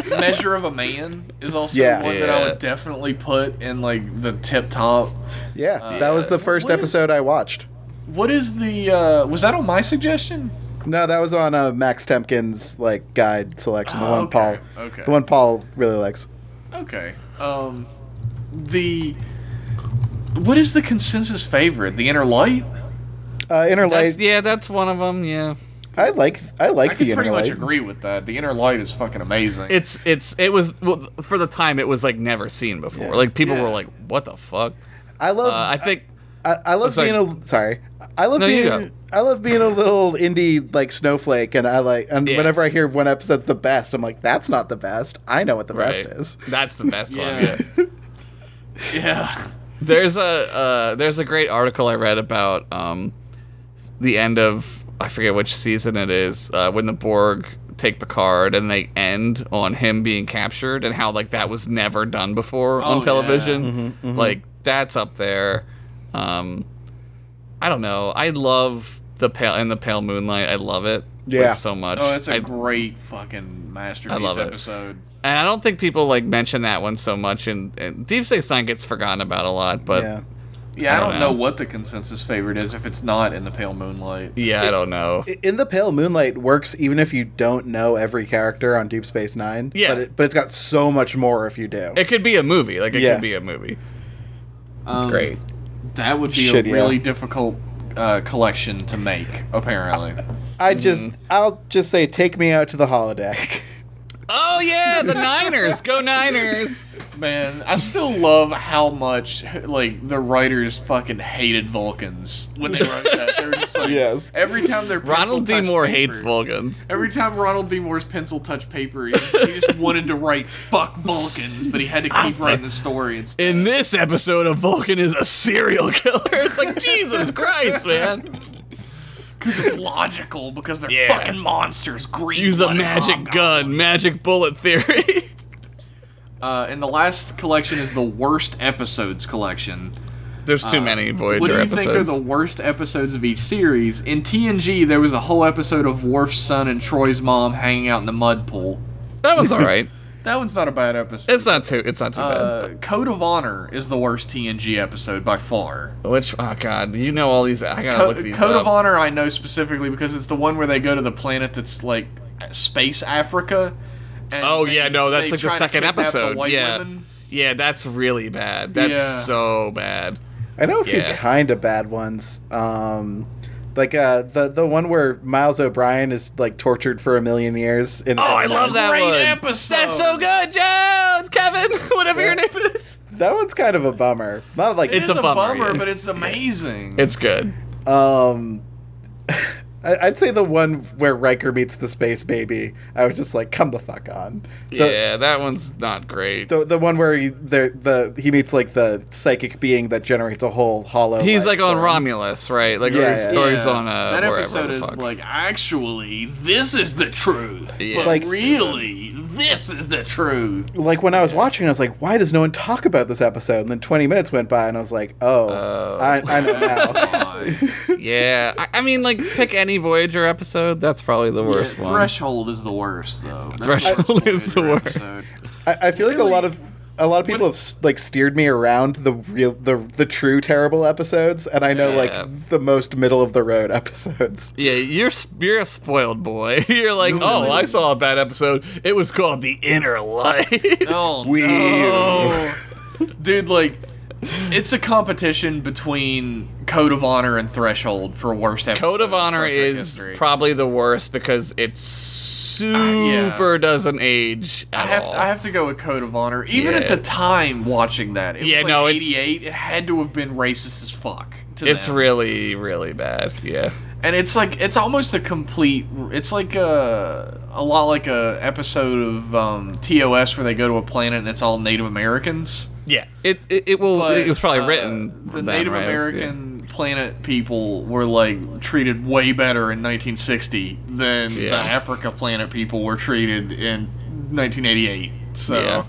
A: Measure of a Man is also
C: Yeah.
A: one that I
B: Yeah.
A: would definitely put in like the tip top.
C: yeah. that was the first
A: Uh, what is-
C: episode I watched.
A: What is the uh was that on my suggestion?
C: No, that was on uh, Max Temkin's like guide selection, the
A: Oh,
C: one
A: okay,
C: Paul,
A: okay.
C: the one Paul really likes.
A: Okay. Um the what is the consensus favorite? The Inner Light?
C: Uh, Inner
B: That's,
C: Light,
B: yeah, that's one of them. Yeah.
C: I like, I like
A: I
C: the
A: can
C: Inner
A: pretty
C: Light.
A: much agree with that. The Inner Light is fucking amazing.
B: it's it's it was well, for the time it was like never seen before. Like people
A: Yeah.
B: were like, "What the fuck?"
C: I love,
B: Uh, I think
C: I, I love
B: sorry.
C: being a sorry. I love
B: No, you go.
C: being I love being a little indie like snowflake, and I like and
B: Yeah.
C: whenever I hear one episode's the best, I'm like, that's not the best. I know what the
B: right,
C: best is.
B: that's the best one.
A: Yeah.
B: Yeah.
A: yeah.
B: There's a uh, there's a great article I read about um, the end of I forget which season it is uh, when the Borg take Picard and they end on him being captured and how like that was never done before
A: Oh,
B: on
A: yeah.
B: television.
C: Mm-hmm,
B: Like that's up there. Um, I don't know. I love the pale and the pale moonlight. I love it. like,
C: Yeah.
B: so much.
A: Oh, it's a
B: I-
A: great fucking masterpiece
B: love it.
A: episode.
B: and I don't think people like mention that one so much. And, and Deep Space Nine gets forgotten about a lot, but
C: yeah,
B: yeah,
A: Yeah, I,
B: I
A: don't,
B: don't
A: know.
B: know.
A: what the consensus favorite is if it's not in the pale moonlight.
B: I don't know.
C: I- in the pale moonlight works even if you don't know every character on Deep Space Nine.
B: Yeah.
C: but, it, but it's got so much more if you do.
B: It could be a movie. Like it
C: Yeah.
B: could be a movie. It's
A: Um,
B: great.
A: That would be
C: Shit,
A: a
C: yeah.
A: really difficult uh, collection to make, apparently.
C: I just,
B: Mm-hmm.
C: I'll just say, take me out to the holodeck.
B: Oh yeah, the Niners. Go Niners.
A: Man, I still love how much like the writers fucking hated Vulcans when they wrote that. They're just like,
C: Yes.
A: Every time their pencil
B: Ronald D.
A: touched
B: Moore
A: paper-
B: hates Vulcans.
A: Every time Ronald D. Moore's pencil touched paper, he just, he just wanted to write "fuck Vulcans," but he had to keep writing the story. And stuff.
B: In this episode, a Vulcan is a serial killer. It's like Jesus Christ, man.
A: Because it's logical, because they're
B: Yeah.
A: fucking monsters. Green.
B: Use the
A: Oh,
B: magic gun, magic bullet theory.
A: Uh, and the last collection is the worst episodes collection.
B: There's too many Voyager
A: Uh, What do you
B: episodes.
A: think are the worst episodes of each series? In TNG, there was a whole episode of Worf's son and Troy's mom hanging out in the mud pool.
B: That one's all right.
A: That one's not a bad episode.
B: It's not too. It's not too
A: Uh, Code of Honor is the worst TNG episode by far.
B: bad. Which oh god, you know all these. I gotta
A: Co-
B: look these
A: Code
B: up.
A: of Honor, I know specifically because it's the one where they go to the planet that's like space Africa. and
B: oh
A: they-
B: yeah, no,
A: they
B: that's like the
A: try to
B: second
A: kidnap the
B: episode.
A: white
B: yeah,
A: women.
B: yeah, that's really bad. That's
A: Yeah.
B: so bad.
C: I know a few
B: Yeah.
C: kind of bad ones. Um, like uh, the the one where Miles O'Brien is like tortured for a million years. In
B: Oh, I love that
A: great
B: one.
A: episode.
B: That's so good, John, Kevin, whatever your name is.
C: That one's kind of a bummer. Not like
A: It's
B: It's
A: a
B: a
A: bummer,
B: bummer, yeah.
A: but it's amazing.
B: It's good.
C: Um, I- I'd say the one where Riker meets the space baby. I was just like, come the fuck on. The,
B: yeah, that one's not great.
C: The, the one where he, the the he meets like the psychic being that generates a whole hollow.
B: he's like on
C: Rami.
B: Romulus, right? Like,
C: Yeah,
B: or, he's,
C: yeah.
B: or he's
A: Yeah.
B: on
A: that
B: uh, wherever
A: episode
B: the
A: is
B: fuck.
A: like actually this is the truth
B: Yeah.
A: but
C: Like-
A: really this is the truth
C: Like when I was watching, I was like, why does no one talk about this episode? And then twenty minutes went by, and I was like, oh, I, I know now.
B: yeah. I, I mean, like, pick any Voyager episode. That's probably the worst one.
A: threshold is the worst though That's
B: Threshold is the
A: Voyager
B: worst.
A: episode.
C: I, I feel like a lot of a lot of people have s- like steered me around the real the the true terrible episodes, and I know
B: Yeah.
C: like the most middle of the road episodes.
B: Yeah, you're s- you're a spoiled boy. You're like, oh, I saw a bad episode. It was called The Inner Life.
A: oh
C: Weird.
A: no. dude like it's a competition between code of honor and threshold for worst episode
B: Code of
A: in Star
B: Honor
A: Trek
B: is
A: history.
B: probably the worst because it super doesn't age at
A: Uh, I have,
B: all.
A: to, I have to go with Code of Honor. Even at the
B: Yeah.
A: time watching that, it
B: Yeah,
A: was like
B: no, it's-
A: 88. It had to have been racist as fuck. To
B: it's
A: them.
B: really really bad. Yeah.
A: and it's like it's almost a complete it's like a a lot like a episode of um, TOS where they go to a planet and it's all Native Americans.
B: Yeah. It it, it will
A: But,
B: it was probably
A: uh,
B: written
A: the
B: then,
A: Native
B: right? It was-
A: American planet people were like treated way better in 1960 than the
B: Yeah.
A: Africa planet people were treated in 1988. So
B: Yeah.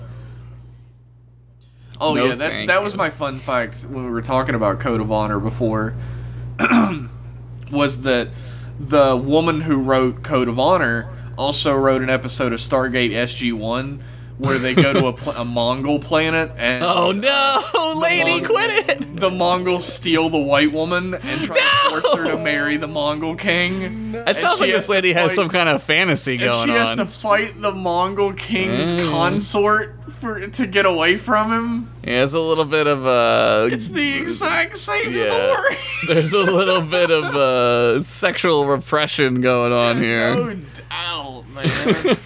A: Oh
B: No
A: yeah, that
B: thank
A: that was
B: you.
A: my fun fact when we were talking about Code of Honor before. was that the woman who wrote Code of Honor also wrote an episode of Stargate SG One where they go to a, pl- a Mongol planet and
B: Oh no, lady,
A: Mong-
B: quit it.
A: the Mongols steal the white woman and try to force her to marry the Mongol king.
B: It sounds
A: she
B: like
A: has
B: this
A: to
B: lady has
A: fight-
B: some kind of fantasy
A: And
B: going
A: she has
B: on.
A: to fight the Mongol king's
B: Mm.
A: consort for to get away from him.
B: yeah, it's a little bit of uh
A: It's the exact same
B: Yeah.
A: story.
B: There's a little bit of uh, sexual repression going on here.
A: No doubt, man.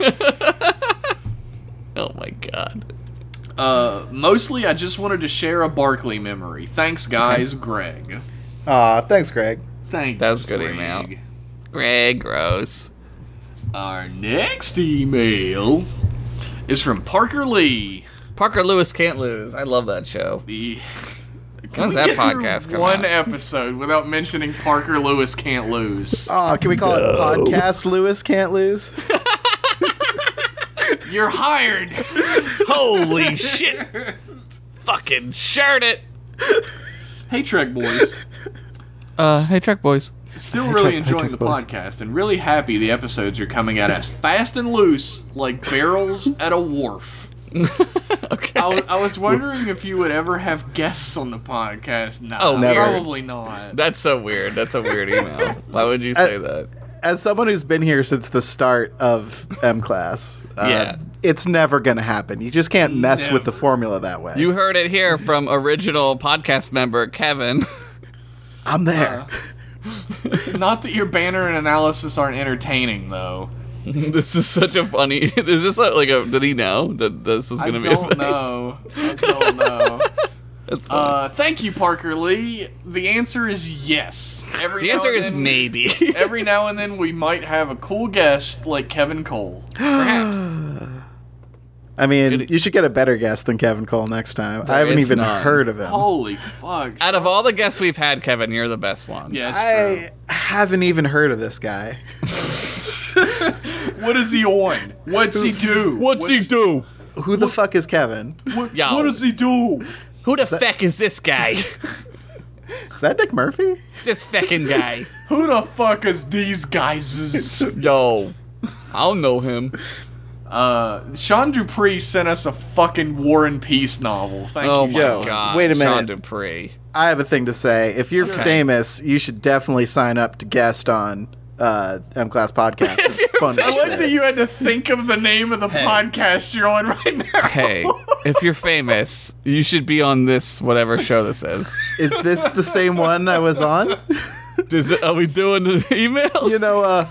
B: Oh my god.
A: uh, mostly, I just wanted to share a Barkley memory. Thanks, guys, Greg.
C: Aw, thanks, Greg.
A: Thanks.
B: That was a good
A: Greg.
B: email. Greg, gross.
A: Our next email is from Parker Lee.
B: Parker Lewis can't lose. I love that show.
A: The
B: When's
A: We
B: that
A: get through
B: podcast coming
A: One
B: out?
A: episode without mentioning Parker Lewis can't lose.
C: Aw, can we call it podcast? Lewis can't lose.
A: You're hired.
B: Holy shit! Fucking shirt it.
A: Hey, Trek boys.
B: Uh, hey, Trek boys.
A: Still really enjoying the podcast and really happy the episodes are coming at us fast and loose like barrels at a wharf.
B: Okay.
A: I was, I was wondering if you would ever have guests on the podcast. No,
B: Oh, never.
A: probably not.
B: That's so weird. That's a weird email. Why would you say that?
C: As someone who's been here since the start of M class, uh,
B: Yeah.
C: it's never going to happen. You just can't mess with the
A: Never.
C: formula that way.
B: You heard it here from original podcast member Kevin.
C: I'm there.
B: Uh-huh.
A: Not that your banner and analysis aren't entertaining, though.
B: this is such a funny. Is this a, like a? Did he know that this was
A: I
B: going to be a
A: don't
B: thing?
A: know. I don't know.
B: That's funny.
A: Uh, thank you, Parker Lee. The answer is yes. Every
B: the
A: now
B: answer
A: and
B: is
A: then-
B: maybe.
A: Every now and then we might have a cool guest like Kevin Cole.
B: Perhaps.
C: I mean,
B: Good-
C: you should get a better guess than Kevin Cole next time. I
B: There
C: haven't
B: is
C: even
B: none. Oh,
C: heard of him.
A: Holy fuck.
B: Out of all the guests we've had, Kevin, you're the best one.
A: yeah, it's
C: I haven't even heard of this guy.
A: true. What is he on? What's he do?
D: What's he do?
C: Who the fuck is Kevin?
A: What,
B: Yo.
A: what does he do?
B: Who the feck is this guy?
C: Is that Nick Murphy?
B: this feckin' guy.
A: Who the fuck is these guys?
B: Yo, I don't know him.
A: Uh, Sean Dupree sent us a fucking War and Peace novel. Thank
B: Oh
A: you.
B: my
A: Sean.
C: Yo,
B: god.
C: wait a
B: Sean
C: minute.
B: Dupree.
C: I have a thing to say. If you're famous, you should definitely sign up to guest on uh, M Class Podcast. It's fun
A: I like
C: shit.
A: that you had to think of the name of the podcast you're on right now.
B: Hey, if you're famous, you should be on this whatever show this is.
C: Is this the same one I was on?
B: Does it, are we doing the emails?
C: You know, uh,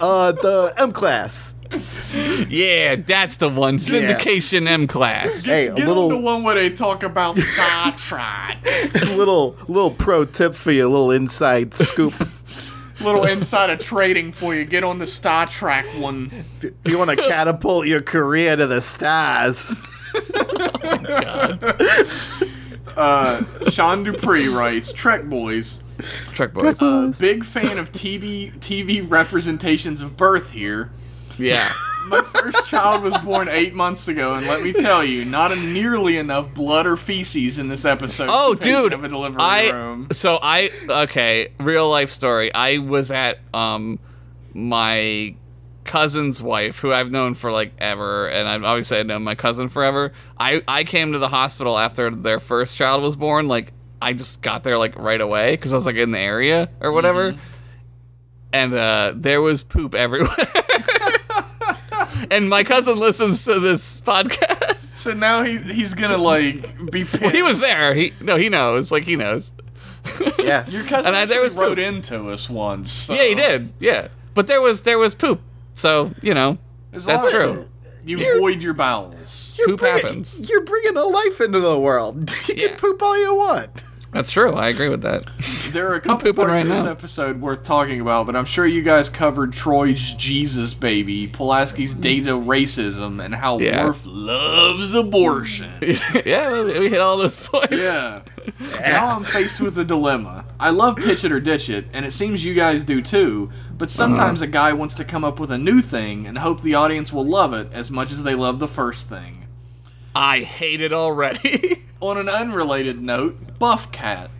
C: uh, the M Class.
B: yeah, that's the one. Syndication M class.
C: Hey, a
A: Get on the
C: little,
A: one where they talk about Star Trek.
C: little, little pro tip for you, a little inside scoop.
A: Little insider trading for you. Get on the Star Trek one.
C: If you want to catapult your career to the stars?
A: Sean Dupree writes Trek Boys.
B: Truck boys.
A: Big fan of TV TV representations of birth here.
B: yeah.
A: My first child was born eight months ago, and let me tell you, not a nearly enough blood or feces in this episode.
B: Oh,
A: for patient
B: dude.
A: Of a delivery
B: I
A: room.
B: so I okay. Real life story. I was at um my cousin's wife, who I've known for like ever, and I've obviously I've known my cousin forever. I I came to the hospital after their first child was born. Like I just got there like right away because I was like in the area or whatever,
A: Mm-hmm.
B: and uh, there was poop everywhere. and my cousin listens to this podcast.
A: So now he he's gonna like be pissed.
B: He was there. He no, he knows. Like he knows.
C: Yeah.
A: Your cousin
B: And I-
A: actually
B: there was
A: wrote
B: proof.
A: into us once. so-
B: Yeah, he did. Yeah, but there was there was poop. So you know,
A: There's a
B: that's
A: lot of-
B: true.
A: You void your bowels.
B: Poop
C: bringing-
B: happens.
C: You're bringing a life into the world. You
B: Yeah.
C: can poop all you want.
B: That's true. I agree with that.
A: There are a couple
B: pooping
A: parts
B: right
A: of this
B: now.
A: episode worth talking about, but I'm sure you guys covered Troy's Jesus baby, Pulaski's data racism, and how
B: Yeah.
A: Worf loves abortion.
B: yeah, we hit all those points.
A: Yeah. Now I'm faced with a dilemma. I love pitch it or ditch it, and it seems you guys do too, but sometimes a guy wants to come up with a new thing and hope the audience will love it as much as they love the first thing.
B: I hate it already.
A: On an unrelated note, Buff Cat.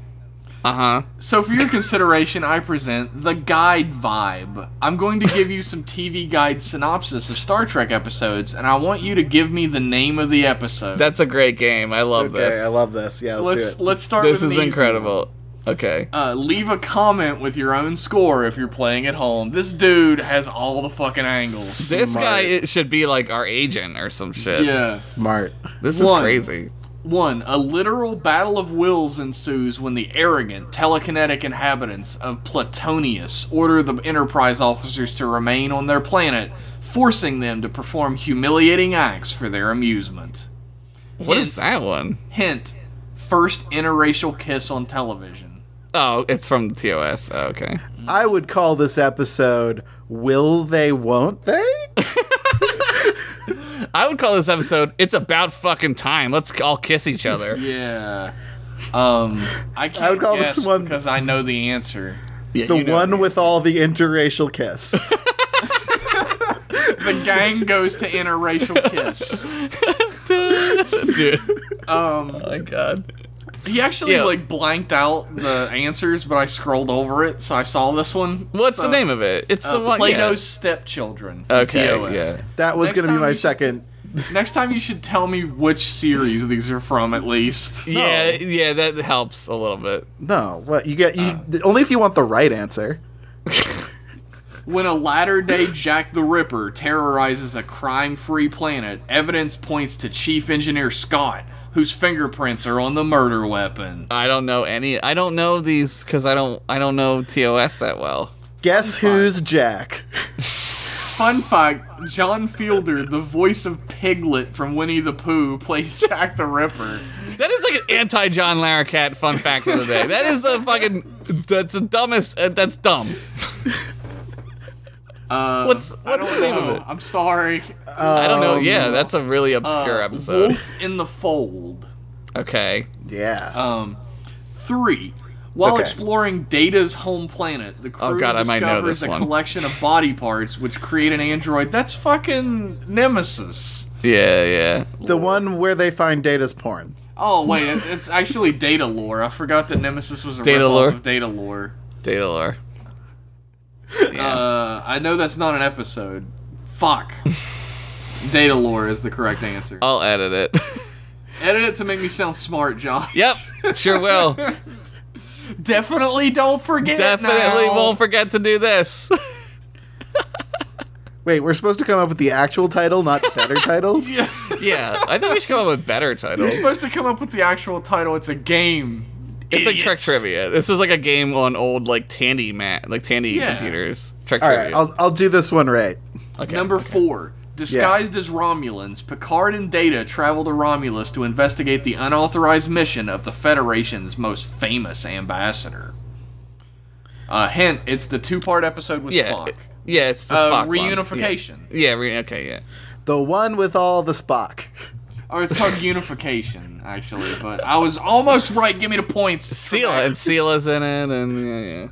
B: uh huh.
A: So, for your consideration, I present the guide vibe. I'm going to give you some TV guide synopsis of Star Trek episodes, and I want you to give me the name of the episode.
B: That's a great game. I love
C: Okay,
B: this.
C: I love this. Yeah, let's,
A: let's
C: do it.
A: let's start.
B: this
A: with
B: is
A: an easy
B: incredible. Okay.
A: one. Uh, leave a comment with your own score if you're playing at home. This dude has all the fucking angles.
B: This
C: smart.
B: guy it should be like our agent or some shit.
A: Yeah.
C: Smart.
B: This is
A: One.
B: crazy.
A: One, a literal battle of wills ensues when the arrogant, telekinetic inhabitants of Platonius order the Enterprise officers to remain on their planet, forcing them to perform humiliating acts for their amusement.
B: What is
A: Hint-
B: that one?
A: Hint, first interracial kiss on television.
B: Oh, it's from TOS. Oh, okay.
C: I would call this episode Will They Won't They?
B: I would call this episode "It's About Fucking Time." Let's all kiss each other.
A: Yeah. Um, I can't
C: would call this
A: guess
C: one-
A: because I know the answer.
C: the one with all the interracial kiss.
A: The gang goes to interracial kiss.
B: Dude.
A: Um,
B: Oh my god.
A: He actually
B: Yeah.
A: like blanked out the answers, but I scrolled over it, so I saw this one.
B: What's
A: So,
B: the name of it? It's
A: Uh,
B: the one.
A: Plato's Stepchildren.
B: Yeah.
A: from
B: Okay.
A: TOS.
B: Yeah.
C: That was
A: Next
C: going to be
A: time
C: my
A: we should-
C: second.
A: Next time you should tell me which series these are from, at least.
B: Yeah. Yeah. That helps a little bit.
A: Ah.
C: No, what you get? You only if you want the right answer.
A: When a latter day Jack the Ripper terrorizes a crime free planet, evidence points to Chief Engineer Scott, whose fingerprints are on the murder weapon.
B: I don't know any. I don't know these because I don't. I don't know TOS that well.
C: Guess who's Jack?
A: Fun fact John Fielder, the voice of Piglet from Winnie the Pooh, plays Jack the Ripper.
B: That is like an anti John Larroquette fun fact of the day. That is the fucking. That's the dumbest. Uh, that's dumb.
A: Uh,
B: What's
A: I
B: what's
A: don't
B: the name of
A: know.
B: it?
A: Oh, I'm sorry. Uh,
B: I don't know. Yeah, that's a really obscure episode.
A: Wolf in the Fold.
B: Okay.
C: Yeah.
A: Um, three. While
C: Okay.
A: exploring Data's home planet, the crew
B: Oh, God, I might
A: discovers
B: know this
A: a
B: one.
A: collection of body parts which create an android. That's fucking Nemesis.
B: Yeah, yeah.
C: the one where they find Data's porn.
A: Oh wait, it- it's actually Data Lore. I forgot that Nemesis was a
B: Data
A: data
B: Lore?
A: of Data Lore.
B: Data lore. Yeah.
A: Uh, I know that's not an episode. Fuck. data Lore is the correct answer.
B: I'll edit it.
A: Edit it to make me sound smart, John.
B: yep. Sure will.
A: Definitely don't forget.
B: Definitely
A: now.
B: won't forget to do this.
C: Wait, we're supposed to come up with the actual title, not better titles?
B: yeah. I think we should come up with better
A: You're
B: titles.
A: supposed to come up with the actual title. It's a game.
B: It's like Trek
A: Idiots.
B: Trivia. This is like a game on old like Tandy mat, like Tandy
A: Yeah.
B: computers. Trek
C: All right,
B: Trivia.
C: I'll, I'll do this one right.
B: okay.
A: Number four. Disguised as Romulans, Picard and Data travel to Romulus to investigate the unauthorized mission of the Federation's most famous ambassador. Uh, hint: It's the two-part episode with
B: yeah,
A: Spock.
B: yeah, it's the
A: Uh,
B: Spock one.
A: reunification,
B: Yeah, yeah re- okay, yeah.
C: The one with all the Spock.
A: or it's called unification actually. But I was almost right. Give me the points.
B: Sela and Sela's in it, and yeah, yeah.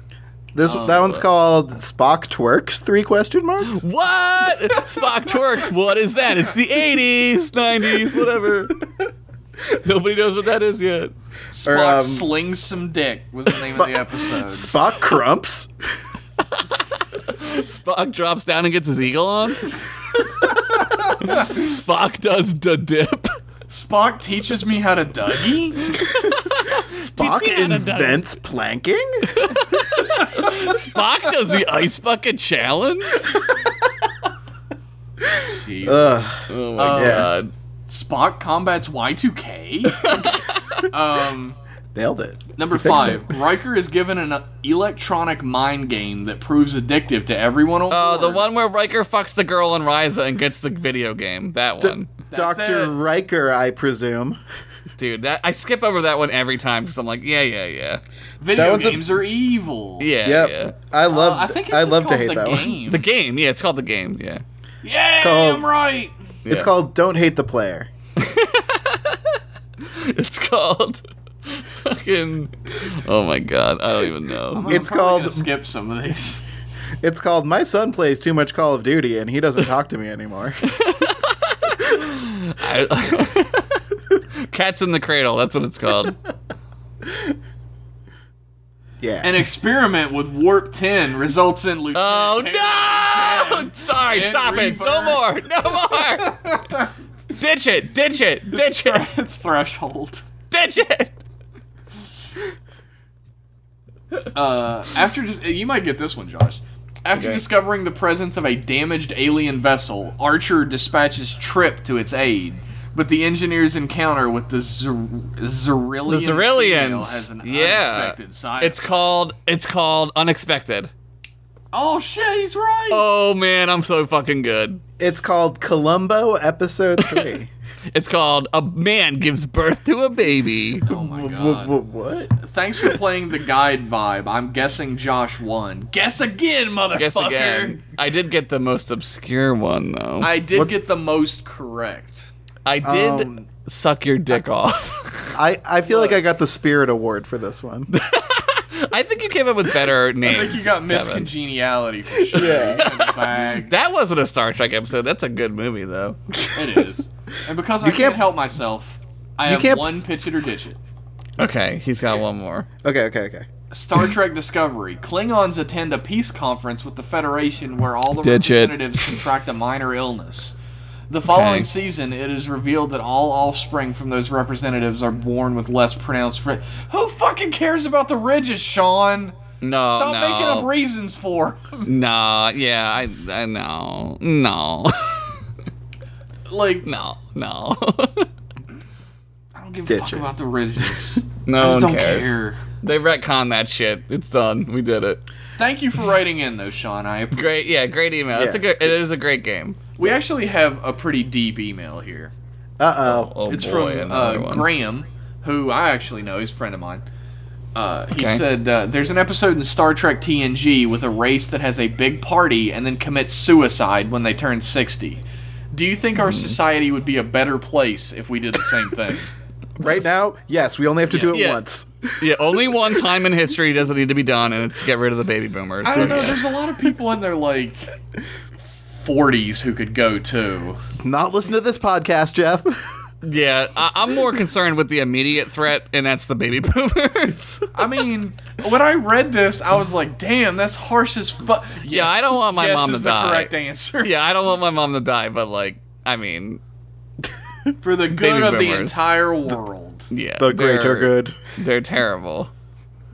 C: This
A: Oh,
C: that one's called Spock twerks three question marks.
B: What? Spock twerks. What is that? It's the '80s, '90s, whatever. Nobody knows what that is yet.
A: Spock
C: Or, um,
A: slings some dick was the name of the episode.
C: Spock crumps.
B: Spock drops down and gets his eagle on. Spock does the dip.
A: Spock teaches me how to Dougie.
C: Spock
B: me how to dug-
C: invents planking.
B: Spock does the ice bucket challenge.
C: Uh.
B: Oh my
C: Yeah.
B: god.
A: Spock combats Y2K. um,
C: Nailed it.
A: number
C: Fixed
A: five, Riker is given an uh, electronic mind game that proves addictive to everyone on
B: Oh, the
A: board.
B: one where Riker fucks the girl on Ryza and gets the video game. That one.
A: That's
C: Doctor
A: it.
C: Riker, I presume.
B: Dude, that I skip over that one every time because I'm like, yeah, yeah, yeah.
A: Video
C: one's a-
A: games are evil.
B: Yeah,
C: Yep.
B: yeah.
C: I love.
A: Uh, I think it's
C: I
A: just
C: love to
A: called
C: hate
A: the
C: that one.
A: game.
B: The game, yeah, it's called the game, yeah.
A: Yeah,
C: called-
A: I'm right.
C: It's
B: Yeah.
C: called "Don't Hate the Player."
B: It's called fucking Oh my god, I don't even know.
A: I'm
C: It's
A: probably
C: called-
A: gonna skip some of these.
C: It's called "My Son Plays Too Much Call of Duty and He Doesn't Talk to Me Anymore."
B: I- Cats in the Cradle, that's what it's called.
C: Yeah.
A: An experiment with warp 10 results in Lieutenant.
B: Oh
A: Harry-
B: no! Sorry,
A: Get
B: stop it. No
A: reverb.
B: more. No more. ditch it. Ditch it. Ditch it.
A: It's threshold.
B: Ditch it.
A: After dis- you might get this one, Josh. After discovering the presence of a damaged alien vessel, Archer dispatches Trip to its aid. But the engineer's encounter with the Zer- Zerillian
B: The
A: female has
B: Zerillians.
A: an
B: Yeah.
A: unexpected side.
B: It's called it's called Unexpected.
A: oh shit, he's right.
B: Oh man, I'm so fucking good.
C: It's called Columbo Episode 3.
B: It's called A Man Gives Birth to a Baby.
A: oh my
C: Wha-
A: god!
C: wha- what?
A: Thanks for playing the guide vibe. I'm guessing Josh won. Guess again, motherfucker.
B: Guess again. I did get the most obscure one though. I,
A: I did get the most correct.
B: did
C: Um,
B: suck your dick off.
C: I, I feel like I got the Spirit Award for this one.
B: I think you came up with better names.
A: I think you got Miss
B: Kevin.
A: Congeniality for sure.
C: Yeah.
A: In the bag.
B: That wasn't a Star Trek episode. That's a good movie though.
A: It is. And because I
C: You
A: can't,
C: can't-
A: help myself, I
C: You
A: have
C: can't-
A: one pitch it or ditch it.
B: Okay, he's got one more.
C: Okay, okay, okay.
A: Star Trek Discovery. Klingons attend a peace conference with the Federation where all the
B: Ditch it.
A: representatives contract a minor illness. The following
B: Okay.
A: season, it is revealed that all offspring from those representatives are born with less pronounced. Ri- Who fucking cares about the ridges, Sean?
B: No,
A: Stop
B: Oh, no.
A: making up reasons for.
B: Nah, yeah, I, I no, no,
A: like
B: no, no.
A: I don't give a
C: Ditch
A: fuck
C: it.
A: about the ridges.
B: no
A: I just
B: one
A: don't
B: cares.
A: care.
B: They retcon that shit. It's done. We did it.
A: Thank you for writing in though, Sean. I appreciate.
B: Great, yeah, great email. It's a
C: Yeah.
B: good. It is a great game.
A: We actually have a pretty deep email here.
C: Uh oh.
B: Oh
A: It's
B: boy,
A: from
B: another
A: uh,
B: one.
A: Graham, who I actually know. He's a friend of mine. Uh, He
B: Okay.
A: said, uh, There's an episode in Star Trek TNG with a race that has a big party and then commits suicide when they turn 60. Do you think
B: Hmm.
A: our society would be a better place if we did the same thing?
C: Right now, yes, we only have to do it
B: Yeah.
C: once.
B: Yeah, only one time in history does it need to be done, and it's to get rid of the baby boomers.
A: I don't know.
B: Okay.
A: There's a lot of people in their, like, 40s who could go too.
C: Not listen to this podcast, Jeff.
B: Yeah, I, I'm more concerned with the immediate threat, and that's the baby boomers.
A: I mean, when I read this, I was like, damn, that's harsh as fuck.
B: Yeah, I don't want my
A: yes
B: mom
A: is
B: to
A: the
B: die.
A: correct answer.
B: yeah, I don't want my mom to die, but like, I mean,
A: For the good of the
B: boomers.
A: entire world.
B: yeah,
C: The greater
B: they're-
C: good.
B: They're terrible.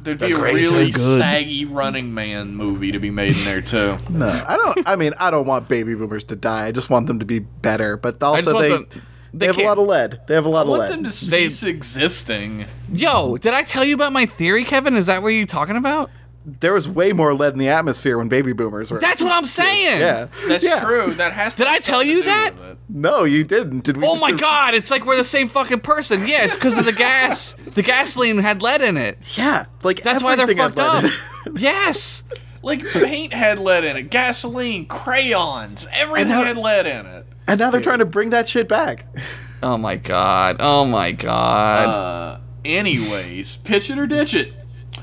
A: There'd be a
B: greater
A: really
B: good.
A: saggy Running Man movie to be made in there too.
C: No, I don't. I mean, I don't want baby boomers to die. I just want them to be better. But
B: just
C: also,
B: want
C: they
B: them-
C: they,
B: they
C: have a
B: can't-
C: lot of lead. They have a lot
A: I want
C: of
A: them
C: lead.
A: to cease existing.
B: Yo, did I tell you about my theory, Kevin? Is that what you're talking about?
C: there was way more lead in the atmosphere when baby boomers were.
B: That's what I'm saying.
C: yeah.
A: That's
C: Yeah.
A: true. That has.
B: Did
A: to
B: I
A: have
B: tell
A: something
B: you
A: to do
B: that?
A: with it.
C: No, you didn't. Did we?
B: Oh
C: just
B: my
C: do-
B: god, it's like we're the same fucking person. Yeah, it's because of the gas. The gasoline had lead in it.
C: Yeah, like
B: That's why they're
C: everything
B: fucked
C: had
B: up.
C: lead in
B: yes.
A: Like paint had lead in it, gasoline, crayons, everything
C: And how-
A: had lead in it.
C: it. And now they're trying to bring that shit back.
B: Oh my god. Oh my god.
A: Uh, anyways, pitch it or ditch it.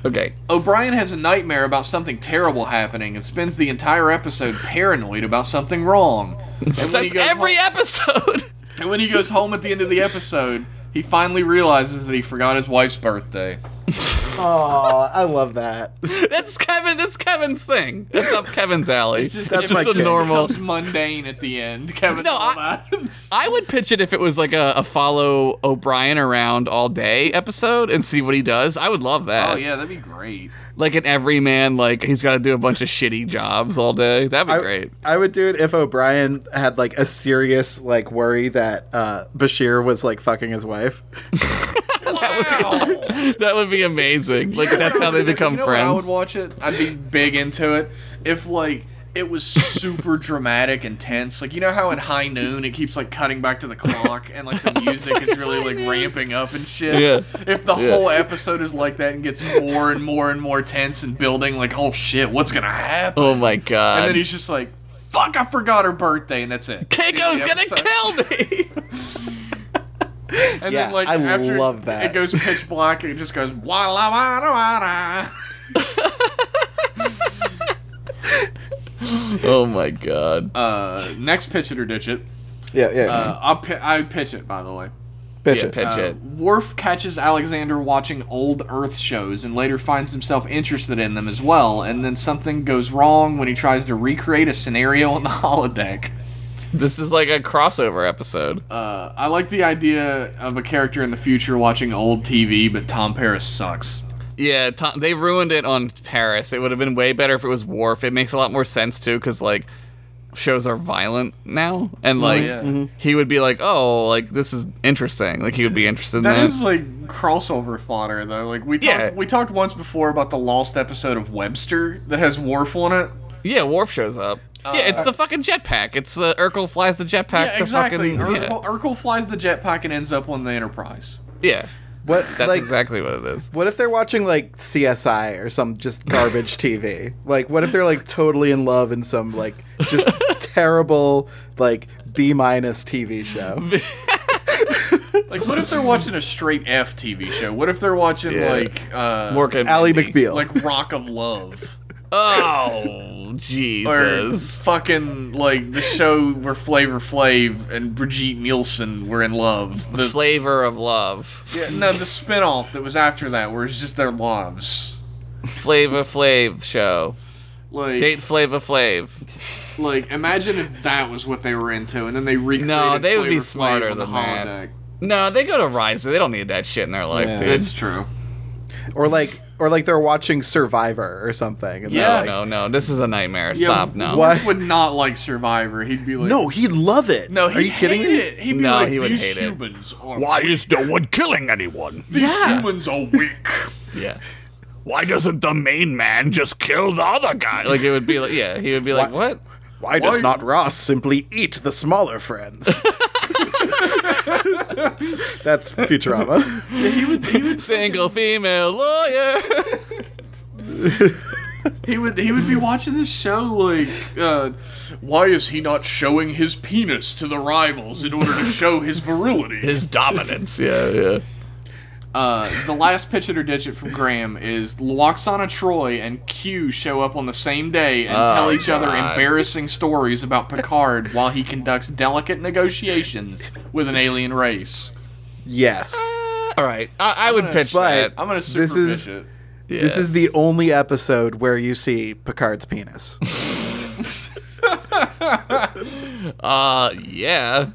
B: okay.
A: O'Brien has a nightmare about something terrible happening and spends the entire episode paranoid about something wrong. And when he
B: That's
A: goes
B: every
A: home-
B: episode.
A: And when he goes home at the end of the episode, he finally realizes that he forgot his wife's birthday.
C: Oh, I love that.
B: That's Kevin. That's Kevin's thing. That's up Kevin's alley.
A: It's just,
C: That's
A: it's
C: my
A: just
C: kid.
A: a normal.
B: normal-
A: Becomes mundane at the end. Kevin.
B: No,
A: all
B: I-
A: that.
B: I would pitch it if it was like a, a follow O'Brien around all day episode and see what he does. I would love
A: oh
B: that.
A: yeah, that'd be great.
B: Like an everyman, like he's got to do a bunch of shitty jobs all day. That'd be
C: I,
B: great.
C: I would do it if O'Brien had like a serious like worry that uh, Bashir was like fucking his wife.
A: Wow.
B: That would be amazing. Like that's how they become
A: you know When I would
B: friends.
A: watch it. I'd be big into it. If like. It was super dramatic and tense. Like you know how in High Noon it keeps like cutting back to the clock and like the music is really like ramping up and shit.
B: Yeah.
A: If the whole episode is like that and gets more and more and more tense and building, like oh shit, what's gonna happen?
B: Oh my
A: And then
B: god.
A: he's just like, fuck, I forgot her birthday, and that's it.
B: Keiko's
A: Yeah,
B: gonna
A: so-
B: kill me.
A: And
C: Yeah,
A: then, like,
C: I
A: after
C: love that.
A: It goes pitch black, and it just goes, wah, la, wah, da, wah, da.
B: oh my god.
A: Uh, next pitch it or ditch it.
C: Yeah, yeah.
A: Uh, I'll pi- I pitch it, by the way.
C: pitch
B: yeah,
C: it.
B: pitch
A: Uh,
B: it.
A: Worf catches Alexander watching old Earth shows and later finds himself interested in them as well, and then something goes wrong when he tries to recreate a scenario on the holodeck.
B: This is like a crossover episode.
A: Uh, I like the idea of a character in the future watching old TV, but Tom Paris sucks.
B: Yeah, Tom, they ruined it on Paris. It would have been way better if it was Worf. It makes a lot more sense too, because like shows are violent now, and like
A: yeah. Mhm.
B: he would be like, "Oh, like this is interesting." Like he would be interested in
A: That
B: that.
A: is like crossover fodder, though. Like we talked,
B: Yeah.
A: we talked once before about the lost episode of Webster that has Worf on it.
B: yeah, Worf shows up. yeah, it's the fucking jetpack. It's the Urkel flies the jetpack.
A: Uh, Yeah,
B: to
A: exactly.
B: Fucking, yeah.
A: Urkel, Urkel flies the jetpack and ends up on the Enterprise.
B: yeah,
C: What
B: that's
C: like
B: exactly what it is.
C: what if they're watching like CSI or some just garbage TV? Like what if they're like totally in love in some like just terrible like B minus TV show?
A: Like, what if they're watching a straight F TV show? What if they're watching
B: Yeah.
A: like uh,
B: Mork and
C: Ally
B: Mindy.
C: McBeal.
A: like Rock of Love
B: Oh
A: or
B: Jesus!
A: fucking like the show where Flavor Flav and Brigitte Nielsen were in love? The,
B: Flavor of love.
A: yeah, no, the spinoff that was after that, where it's just their loves.
B: Flavor Flav show.
A: Like
B: Date Flavor Flav.
A: Like, imagine if that was what they were into, and then they recreated.
B: No, they would be
A: Flavor Flav
B: smarter
A: on the
B: than that.
A: holodeck.
B: No, they go to Rise. They don't need that shit in their life,
C: Yeah.
B: dude.
A: It's true.
C: Or like or like they're watching Survivor or something. and they're
A: Yeah.
C: like,
B: no, no, this is a nightmare. Stop, no.
C: what?
A: Would not like Survivor. He'd be like,
C: no, he'd love it.
A: no. He'd
C: are you kidding
A: hate
C: me?
A: It. He'd be
B: No,
A: like,
B: he would
A: these
B: hate it.
A: humans are
D: Why is no one killing anyone?
A: These humans are weak.
B: Yeah.
D: Why doesn't the main man just kill the other guy?
B: Like it would be like yeah, he would be like, What?
C: Why
A: Why-
C: does not Ross simply eat the smaller friends? That's Futurama.
B: Single female lawyer.
A: He would he would be watching this show like, uh, why is he not showing his penis to the rivals in order to show his virility?
B: His dominance, yeah, yeah.
A: Uh, the last pitch it or ditch it from Graham is Loxana Troy and Q show up on the same day
C: Oh,
A: and tell each other
B: God.
A: embarrassing stories about Picard while he conducts delicate negotiations with an alien race.
C: Yes.
B: All right, I, I would pitch
C: but-
B: that.
A: I'm gonna super
C: This is-
A: pitch it.
B: Yeah.
C: This is the only episode where you see Picard's penis.
B: uh, yeah.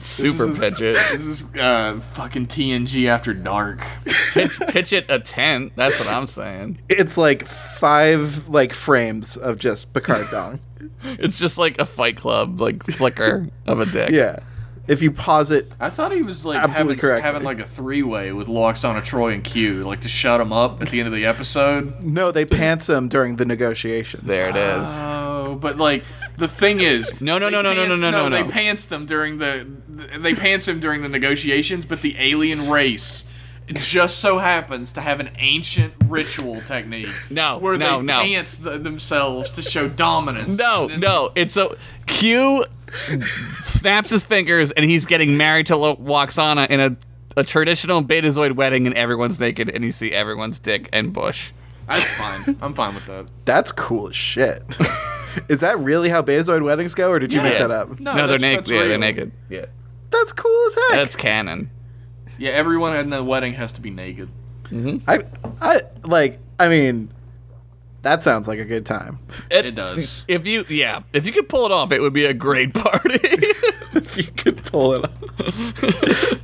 B: Super pitch it.
A: This is uh, fucking TNG after dark.
B: Pitch, pitch it a tent. That's what I'm saying.
C: It's like five like frames of just Picard dong.
B: It's just like a Fight Club like flicker of a dick.
C: Yeah. If you pause it,
A: I thought he was like
C: Absolutely
A: having,
C: correct.
A: having like a three way with Loxana Troy and Q, like to shut him up at the end of the episode.
C: no, they pants him during the negotiations.
B: There it is.
A: Oh, but like the thing is,
B: No, no,
A: they
B: no, no, no,
A: pants-
B: no, no, no,
A: They
B: no.
A: pants them during the they pants him during the negotiations, but the alien race just so happens to have an ancient ritual technique.
B: No,
A: where
B: no,
A: they
B: no.
A: pants th- themselves to show dominance.
B: No,
A: And then
B: no, it's a Q snaps his fingers and he's getting married to Lo- Loxana in a, a traditional Betazoid wedding and everyone's naked and you see everyone's dick and bush.
A: That's fine. I'm fine with that.
C: That's cool as shit. is that really how Betazoid weddings go, or did you make
B: Yeah.
C: that up?
A: No,
B: they're
A: that's-
B: naked.
A: that's
B: Yeah, they're
A: real.
B: naked. Yeah,
C: That's cool as heck.
B: that's canon.
A: Yeah, everyone in the wedding has to be naked.
C: I, I like. I mean, that sounds like a good time.
A: It does.
B: If you, yeah, if you could pull it off, it would be a great party.
C: you could pull it off.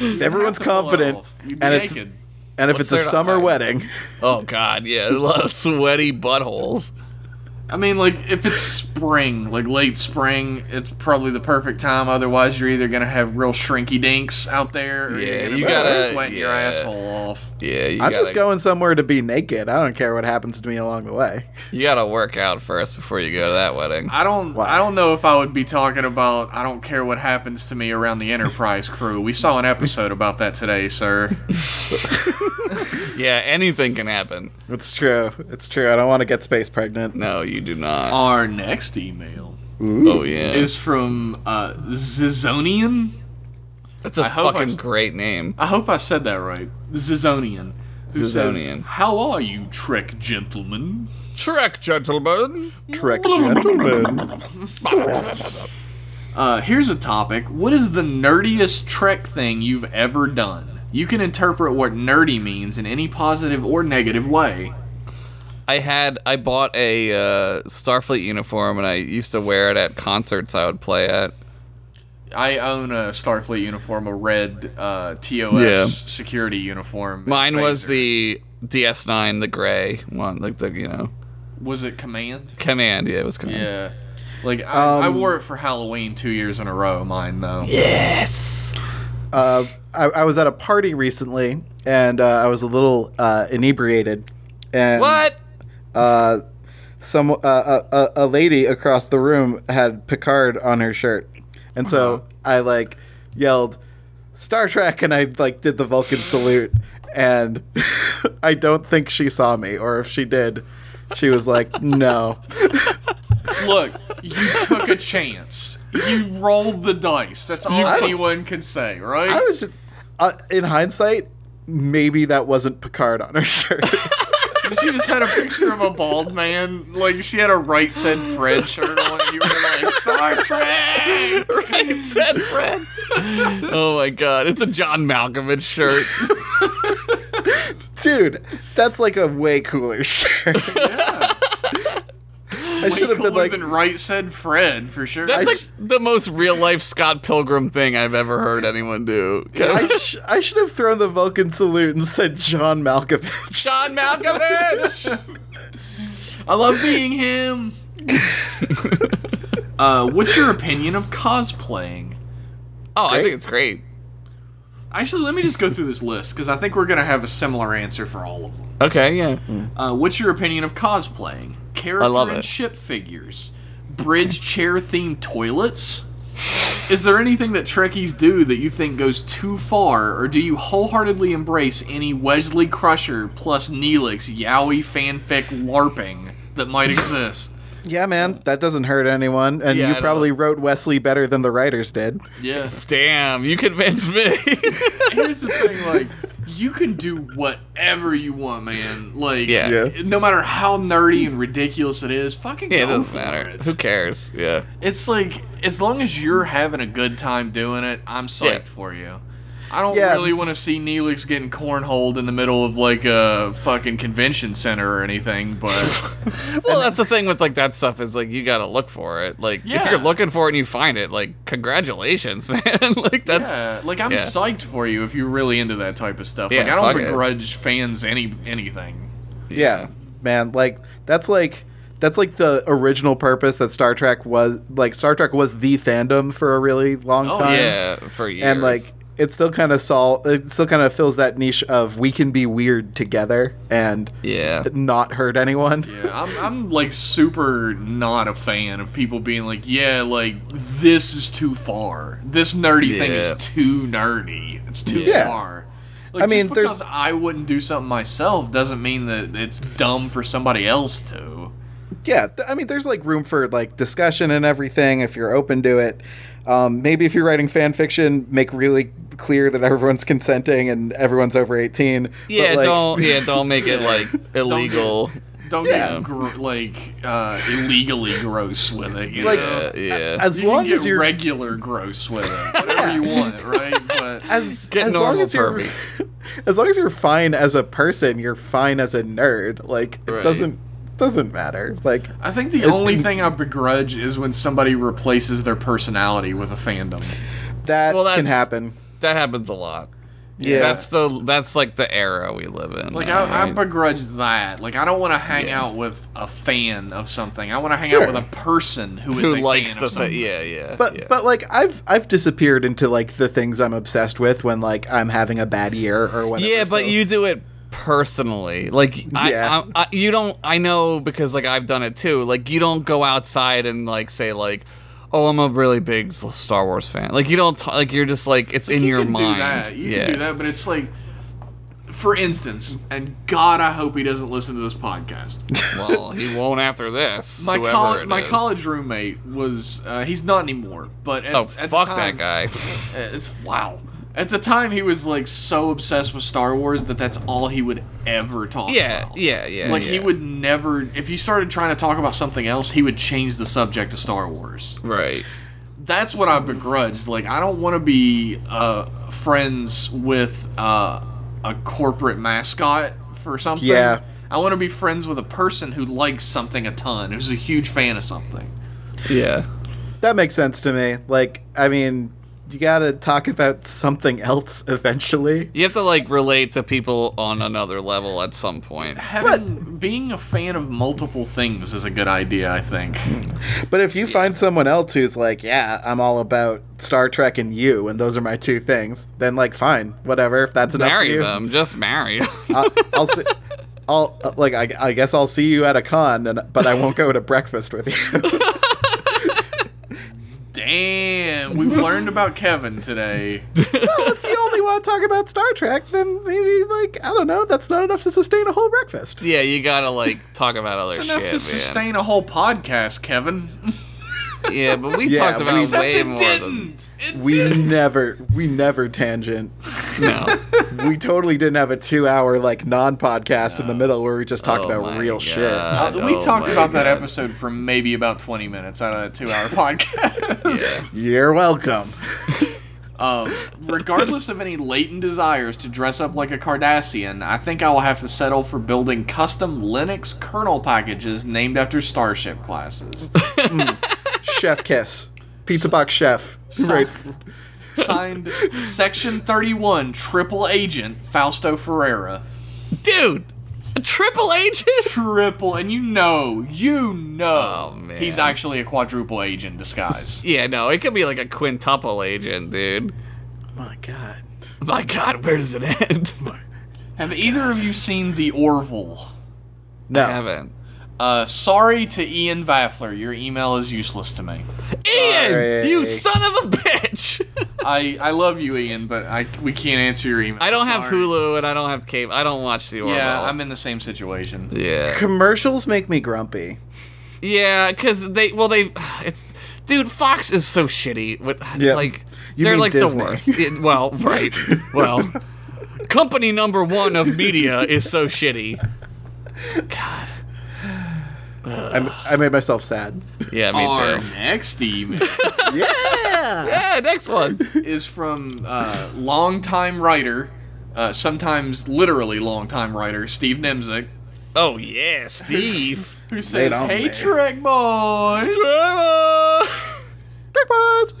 C: if everyone's
A: Have to pull it
C: confident,
A: off. You'd
C: and
A: be
C: it's
A: naked.
C: and if
B: What's
C: it's a
B: there to
C: summer
B: hide?
C: wedding,
B: oh God, yeah, a lot of sweaty buttholes.
A: I mean, like if it's spring, like late spring, it's probably the perfect time. Otherwise, you're either gonna have real shrinky dinks out there, or
B: Yeah,
A: you're gonna
B: you
A: be
B: gotta-
A: sweating your
B: yeah.
A: asshole off.
B: Yeah, you
C: I'm
B: gotta,
C: just going somewhere to be naked. I don't care what happens to me along the way.
B: You gotta work out first before you go to that wedding.
A: I don't,
C: Wow.
A: I don't know if I would be talking about. I don't care what happens to me around the Enterprise crew. We saw an episode about that today, sir.
B: Yeah, anything can happen.
C: It's true. It's true. I don't want to get space pregnant.
B: No, you do not.
A: Our next email
B: Oh yeah,
A: Um, is from uh, Zizonian.
B: That's a
A: I hope I
B: fucking
A: s-
B: great name.
A: I hope I said that right. Zizonian. Who
B: Zizonian.
A: Says, How are you, Trek gentlemen?
B: Trek, gentlemen.
C: Trek gentlemen.
A: Uh, here's a topic. What is the nerdiest Trek thing you've ever done? You can interpret what nerdy means in any positive or negative way.
B: I had I bought a uh, Starfleet uniform and I used to wear it at concerts I would play at.
A: I own a Starfleet uniform, a red uh, TOS
B: Yeah.
A: security uniform.
B: Mine was
A: Phaser.
B: the DS9, the gray one, like the you know
A: was it command?
B: command. Yeah, it was command.
A: Yeah, like I, I
C: Um,
A: wore it for Halloween two years in a row. Mine though.
B: Yes.
C: uh, I, I was at a party recently, and uh, I was a little uh, inebriated. And
B: What?
C: uh, some uh, a, a, a lady across the room had Picard on her shirt, and so I like yelled Star Trek, and I like did the Vulcan salute, and I don't think she saw me, or if she did, she was like, "No,
A: Look, you took a chance. You rolled the dice. That's all anyone can say, right?
C: I was." Just, uh, in hindsight, maybe that wasn't Picard on her shirt.
A: She just had a picture of a bald man. Like she had a right said Fred shirt on. And you were like Star Trek.
B: Right, said Fred. oh my God, it's a John Malkovich shirt.
C: Dude, that's like a way cooler shirt. I
A: way
C: should have
A: cooler
C: been like,
A: than Right Said Fred for sure.
B: That's
A: I
B: like
A: sh-
B: the most real life Scott Pilgrim thing I've ever heard anyone do.
C: I, sh- I should have thrown the Vulcan salute and said John Malkovich.
B: John Malkovich.
A: I love being him. uh, what's your opinion of cosplaying?
B: Oh, I
C: Great.
B: think it's great.
A: Actually, let me just go through this list because I think we're gonna have a similar answer for all of them.
B: Okay, yeah.
A: Uh, what's your opinion of cosplaying? Character
B: love
A: and
B: it.
A: ship figures, bridge chair themed toilets. Is there anything that Trekkies do that you think goes too far, or do you wholeheartedly embrace any Wesley Crusher plus Neelix Yowie fanfic LARPing that might exist?
C: Yeah, man, that doesn't hurt anyone, and
B: Yeah, I
C: you
B: don't
C: probably wrote Wesley better than the writers did.
A: yeah.
B: Damn, you convinced me.
A: Here's the thing, like you can do whatever you want, man. Like
B: Yeah.
C: Yeah.
A: no matter how nerdy and ridiculous it is, fucking
B: yeah, it
A: go
B: doesn't
A: for
B: matter.
A: it.
B: Who cares? Yeah.
A: It's like as long as you're having a good time doing it, I'm psyched
B: Yeah.
A: for you. I don't
C: Yeah.
A: really want to see Neelix getting cornholed in the middle of like a fucking convention center or anything, but
B: Well, that's the thing with like that stuff is like you gotta look for it. Like if
A: Yeah.
B: you're looking for it and you find it, like congratulations, man. like that's
A: yeah, like I'm
B: yeah.
A: psyched for you if you're really into that type of stuff. like
B: Yeah,
A: I don't
B: fuck it.
A: begrudge fans any anything.
C: Yeah, man, like that's like that's like the original purpose that Star Trek was. Like Star Trek was the fandom for a really long
A: Oh,
C: time.
B: yeah for years.
C: and like it still kind of sol- it still kind of fills that niche of we can be weird together and
B: yeah,
C: not hurt anyone.
A: Yeah, I'm, I'm like super not a fan of people being like, yeah, like this is too far. This nerdy thing
B: Yeah.
A: is too nerdy. It's too
C: Yeah.
A: far.
C: I
A: Like,
C: mean,
A: just
C: there's-
A: because I wouldn't do something myself doesn't mean that it's dumb for somebody else to.
C: yeah th- i mean there's like room for like discussion and everything if you're open to it um, maybe if you're writing fan fiction make really clear that everyone's consenting and everyone's over 18 But,
B: yeah.
C: like,
B: don't yeah don't make it like illegal.
A: Don't
C: Yeah.
A: get gr- like uh, illegally gross with it. You
C: Like,
A: know?
B: Uh, yeah.
C: as
A: you
C: long
A: can get
C: as you're
A: regular gross with it, whatever you want, right? But
C: as,
B: Get
C: as long
B: normal
C: as you're
B: pervy.
C: as long as you're fine as a person you're fine as a nerd like it
B: Right.
C: doesn't doesn't matter like
A: I think the only thing I begrudge is when somebody replaces their personality with a fandom.
C: that
B: Well,
C: can
B: that's-
C: happen
B: that happens a lot.
C: yeah
B: That's the that's like the era we live in.
A: Like
B: now,
A: I, I
B: right?
A: begrudge that. Like I don't want to hang
B: Yeah.
A: out with a fan of something. I want to hang
C: Sure.
A: out with a person who is
B: who
A: a
B: likes
A: fan
B: the
A: of something.
B: thing? Yeah, yeah.
C: but
B: yeah.
C: but like I've I've disappeared into like the things I'm obsessed with when like I'm having a bad year or whatever.
B: yeah, but
C: so-
B: you do it personally. Like
C: Yeah.
B: I, I, I, you don't. I know because like I've done it too. Like you don't go outside and like say like, oh, I'm a really big S- Star Wars fan. Like you don't. T- like you're just like it's in
A: You
B: your
A: can
B: mind.
A: do that. You
B: yeah.
A: can do that, but it's like, for instance, and God, I hope he doesn't listen to this podcast.
B: Well, he won't after this.
A: my
B: whoever
A: col-
B: it
A: my
B: is.
A: college roommate was uh, he's not anymore, but at,
B: Oh
A: at the
B: fuck
A: time-
B: that guy.
A: Uh, It's, wow. At the time, he was like so obsessed with Star Wars that that's all he would ever talk
B: Yeah,
A: about.
B: yeah, yeah.
A: Like he
B: yeah.
A: would never. If you started trying to talk about something else, he would change the subject to Star Wars.
B: Right.
A: That's what I begrudged. Like I don't want to be uh, friends with uh, a corporate mascot for something.
C: Yeah.
A: I want to be friends with a person who likes something a ton, who's a huge fan of something.
B: Yeah.
C: That makes sense to me. Like, I mean, you gotta talk about something else eventually.
B: You have to like relate to people on another level at some point.
A: Having being a fan of multiple things is a good idea, I think.
C: But if you find someone else who's like, yeah, I'm all about Star Trek and you, and those are my two things, then like, fine, whatever. If that's enough for
B: Marry
C: you,
B: them. Just marry. 'em.
C: I'll, I'll see. I'll uh, like. I, I guess I'll see you at a con, and but I won't go to breakfast with you.
A: Damn, we learned about Kevin today.
C: if you only want to talk about Star Trek, then maybe like I don't know. That's not enough to sustain a whole breakfast.
B: yeah, you gotta like talk about other
A: It's
B: shit.
A: enough to
B: man.
A: sustain a whole podcast, Kevin.
B: Yeah, but we
C: Yeah,
B: talked about
C: we-
A: Except
B: way
A: it
B: more than
A: didn't. It
C: We
A: didn't.
C: never, we never tangent.
B: no.
C: we totally didn't have a two hour like non podcast in the middle where we just talked
B: Oh
C: about
B: my
C: real
B: God.
C: shit.
A: Uh, we
B: Oh
A: talked
B: my
A: about that
B: God.
A: episode for maybe about 20 minutes out of a two hour podcast.
B: Yeah.
C: You're welcome.
A: Um, regardless of any latent desires to dress up like a Cardassian, I think I will have to settle for building custom Linux kernel packages named after starship classes.
C: chef kiss, pizza box chef. Right.
A: Signed Section 31 Triple Agent Fausto Ferreira.
B: Dude, a triple agent?
A: Triple, and you know, you know,
B: Oh, man.
A: he's actually a quadruple agent disguise.
B: Yeah, no, it could be like a quintuple agent, dude.
C: My God.
B: My God, where does it end?
A: Have either of you seen The Orville?
C: No.
B: Haven't.
A: Uh, sorry to Ian Vaffler, your email is useless to me.
B: Ian,
C: Sorry.
B: you son of a bitch!
A: I, I love you, Ian, but I we can't answer your email.
B: I don't have
A: Sorry.
B: Hulu and I don't have cable. I don't watch the Orville.
A: Yeah, I'm in the same situation.
B: yeah.
C: Commercials make me grumpy.
B: Yeah, because they well they, it's dude Fox is so shitty with
C: Yeah.
B: like
C: You
B: they're
C: mean
B: like
C: Disney.
B: the worst. It- well, right. Well, company number one of media is so shitty. God.
C: I'm, I made myself sad.
B: Yeah, me
A: Our
B: too.
A: next email
C: Yeah.
B: Yeah, next one.
A: is from uh, longtime writer, uh, sometimes literally longtime writer, Steve Nemzik,
B: Oh yeah, Steve.
A: who says,
C: don't
A: Hey,
C: they?
A: Trek boys!
D: Uh,
C: Trick boys.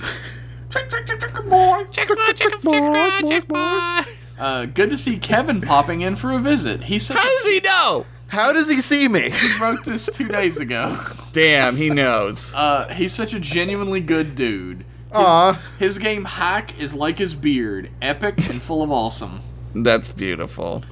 A: Trek, Trek, Trek, Trek boys!
B: Jackpot, jackpot, jackpot, jackpot.
A: Uh, good to see Kevin popping in for a visit. He said
B: How does he know?
C: How does he see me?
A: he wrote this two days ago.
B: Damn, Um, he knows.
A: Uh, he's such a genuinely good dude.
C: Aw.
A: His game Hack is like his beard, epic and full of awesome.
B: That's beautiful.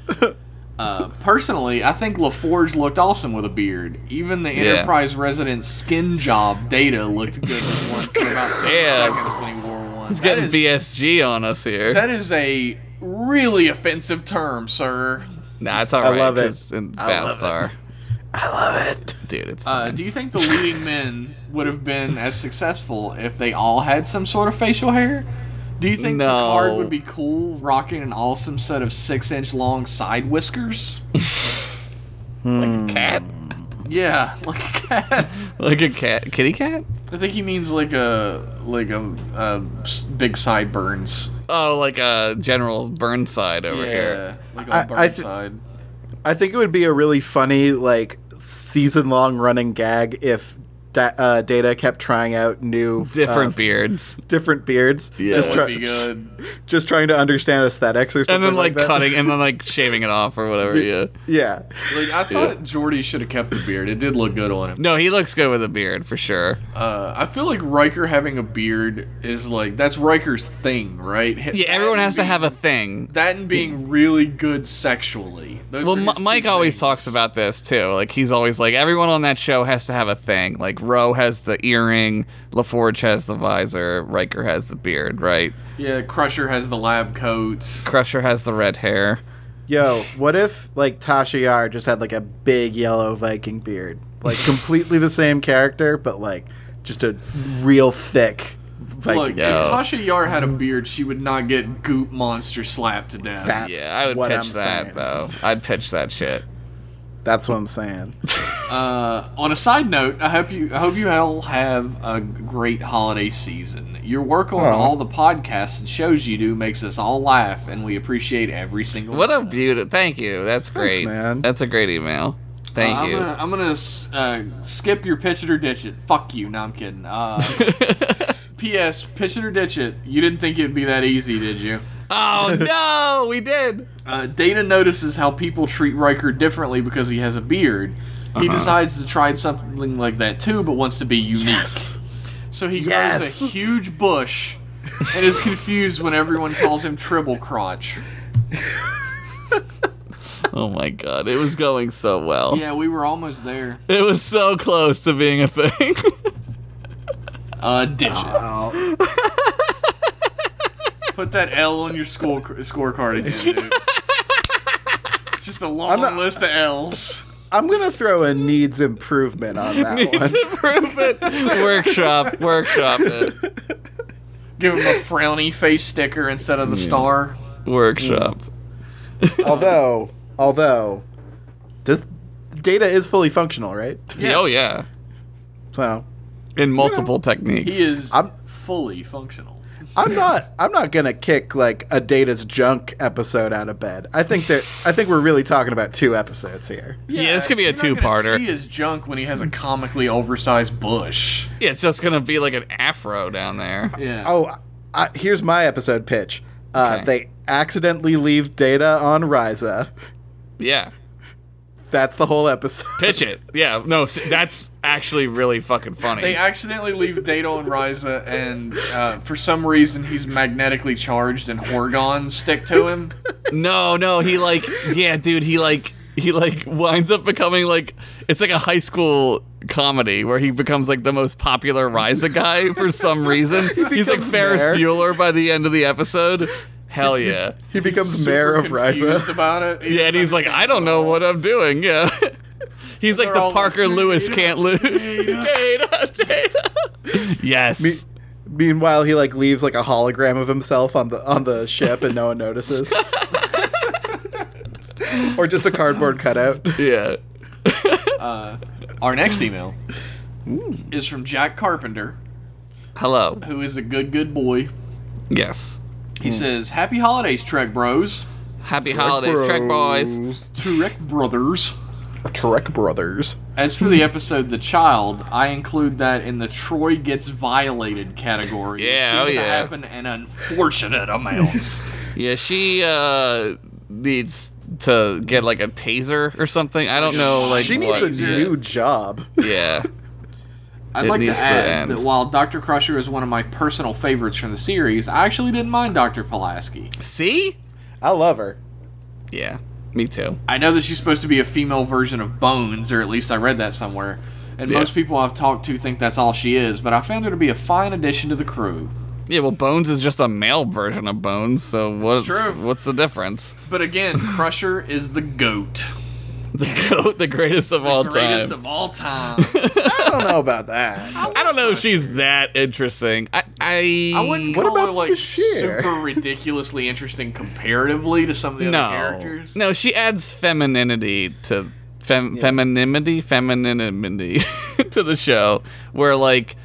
A: Uh, personally, I think LaForge looked awesome with a beard. Even the
B: Yeah.
A: Enterprise resident skin job Data looked good with one for about 10
B: Yeah.
A: seconds when he wore one.
B: He's getting
A: that, is,
B: BSG on us here.
A: that is a really offensive term, sir.
B: Nah, it's alright.
C: love it.
B: 'cause In
C: I love
B: Battlestar.
C: I love it.
B: Dude, it's
A: Uh,
B: fine.
A: do you think the leading men would have been as successful if they all had some sort of facial hair? Do you think
B: No.
A: Picard would be cool rocking an awesome set of six inch long side whiskers?
B: like a cat?
A: Yeah, like a cat.
B: Like a cat? Kitty cat?
A: I think he means like a like a, a s- big sideburns.
B: Oh, like a General Burnside over here.
A: like
C: I-
A: a burn
C: I thi-
A: side.
C: I think it would be a really funny, like, season long running gag if da- uh, Data kept trying out new,
B: Different
C: uh,
B: beards.
C: different beards. Yeah,
A: That
C: just,
A: would
C: try-
A: be
C: just,
A: good.
C: just trying to understand aesthetics or something.
B: And then, like,
C: that.
B: cutting, and then, like, shaving it off or whatever. Yeah.
C: Yeah.
A: Like I thought Geordi should have kept the beard. It did look good on him.
B: No, he looks good with a beard for sure.
A: Uh, I feel like Riker having a beard is like that's Riker's thing, right?
B: Yeah, everyone has to have a thing.
A: that and being really good sexually. Those
B: Well,
A: are
B: M-
A: his
B: Mike
A: two
B: always
A: things.
B: talks about this too. Like he's always like everyone on that show has to have a thing. Like Roe has the earring, LaForge has the visor, Riker has the beard, right?
A: Yeah, Crusher has the lab coats.
B: Crusher has the red hair.
C: Yo, what if, like, Tasha Yar just had, like, a big yellow Viking beard? Like, completely the same character, but, like, just a real thick Viking
A: Look,
B: Yeah.
A: if Tasha Yar had a beard, she would not get goop monster slapped to death.
C: That's
B: Yeah, I would
C: what
B: pitch
C: I'm
B: that
C: saying.
B: though. I'd pitch that shit.
C: That's what I'm saying.
A: Uh, on a side note, I hope you I hope you all have a great holiday season. Your work on
C: Aw.
A: all the podcasts and shows you do makes us all laugh, and we appreciate every single.
B: What a
A: one.
B: beauty! Thank you. That's great.
C: man.
B: That's a great email. Thank
A: I'm
B: you.
A: gonna, I'm gonna s- uh, skip your pitch it or ditch it. Fuck you. No, I'm kidding. Uh, P.S. Pitch it or ditch it. You didn't think it'd be that easy, did you?
B: Oh no, we did.
A: Uh, Data notices how people treat Riker differently because he has a beard. He
B: Uh-huh.
A: decides to try something like that too, but wants to be unique. So he
C: Yes.
A: grows a huge bush and is confused when everyone calls him Tribble Crotch.
B: Oh my god, it was going so well.
A: Yeah, we were almost there.
B: It was so close to being a thing.
A: Uh, ditch it.
C: Oh,
A: Put that L on your school cr- scorecard again, dude. It's just a long
C: not-
A: list of L's.
C: I'm gonna throw a needs improvement on that one.
B: Improvement workshop, workshop it,
A: Give him a frowny face sticker instead of the star.
B: workshop.
C: although, although, this data is fully functional, right?
A: Yes.
B: Oh yeah,
C: So
B: in multiple techniques.
A: He is
C: I'm-
A: fully functional.
C: I'm not. I'm not gonna kick like a Data's junk episode out of bed. I think that. I think we're really talking about two episodes here.
B: Yeah, this could be a
A: you're not gonna
B: two-parter.
A: See his junk when he has a comically oversized bush.
B: Yeah, it's just gonna be like an afro down there.
A: Yeah.
C: Oh, I, here's my episode pitch. Uh,
B: Okay.
C: They accidentally leave Data on Ryza.
B: Yeah,
C: That's the whole episode.
B: pitch it. Yeah, no, s- that's actually really fucking funny.
A: They accidentally leave Data on Ryza, and uh, for some reason he's magnetically charged, and Horgon stick to him.
B: No, no, he like yeah, dude, he like he like winds up becoming like it's like a high school comedy where he becomes like the most popular Ryza guy for some reason. He's like
C: becomes
B: Ferris
C: mayor.
B: Bueller by the end of the episode. Hell yeah.
C: He becomes
A: Super
C: mayor of
A: confused
C: Ryza.
A: about it.
B: Yeah, and he's like, I don't know what I'm doing. Yeah. He's like
A: They're
B: the
A: all like,
B: Parker Lewis
A: "Data,
B: can't lose. Data, data. Yes.
C: Me- Meanwhile, he like leaves like a hologram of himself on the on the ship, and no one notices. or just a cardboard cutout.
B: yeah.
A: Our next email is from Jack Carpenter,
B: Hello.
A: who is a good good boy.
B: Yes.
A: He
B: Hmm.
A: says, "Happy holidays, Trek Bros,
B: Happy holidays, Trek Boys.
A: Trek Brothers."
C: Trek Brothers.
A: As for the episode "The Child," I include that in the Troy gets violated category. It
B: Yeah, oh
A: seems to
B: yeah.
A: happen in unfortunate amounts.
B: Yeah, she uh needs to get like a taser or something. I don't know. Like
C: She
B: what-
C: needs a new job.
B: Yeah.
A: I'd
B: It
A: like to
B: needs to
A: add
B: end.
A: that while Dr. Crusher is one of my personal favorites from the series, I actually didn't mind Dr. Pulaski.
B: See?
C: I love her.
B: Yeah. Me too.
A: I know that she's supposed to be a female version of Bones, or at least I read that somewhere, and
B: Yeah.
A: most people I've talked to think that's all she is, but I found her to be a fine addition to the crew.
B: Yeah, well Bones is just a male version of Bones, so what's
A: true.
B: what's the difference?
A: But again, Crusher is the goat.
B: The goat, the greatest of all
A: Greatest
B: time.
A: of all time.
C: I don't know about that.
B: I don't know if she's that interesting. I I,
A: I wouldn't
C: What
A: call her
C: about
A: like
C: Bashir?
A: super ridiculously interesting comparatively to some of the other
B: no.
A: characters.
B: No, she adds femininity to fem- femininity, femininity to the show where like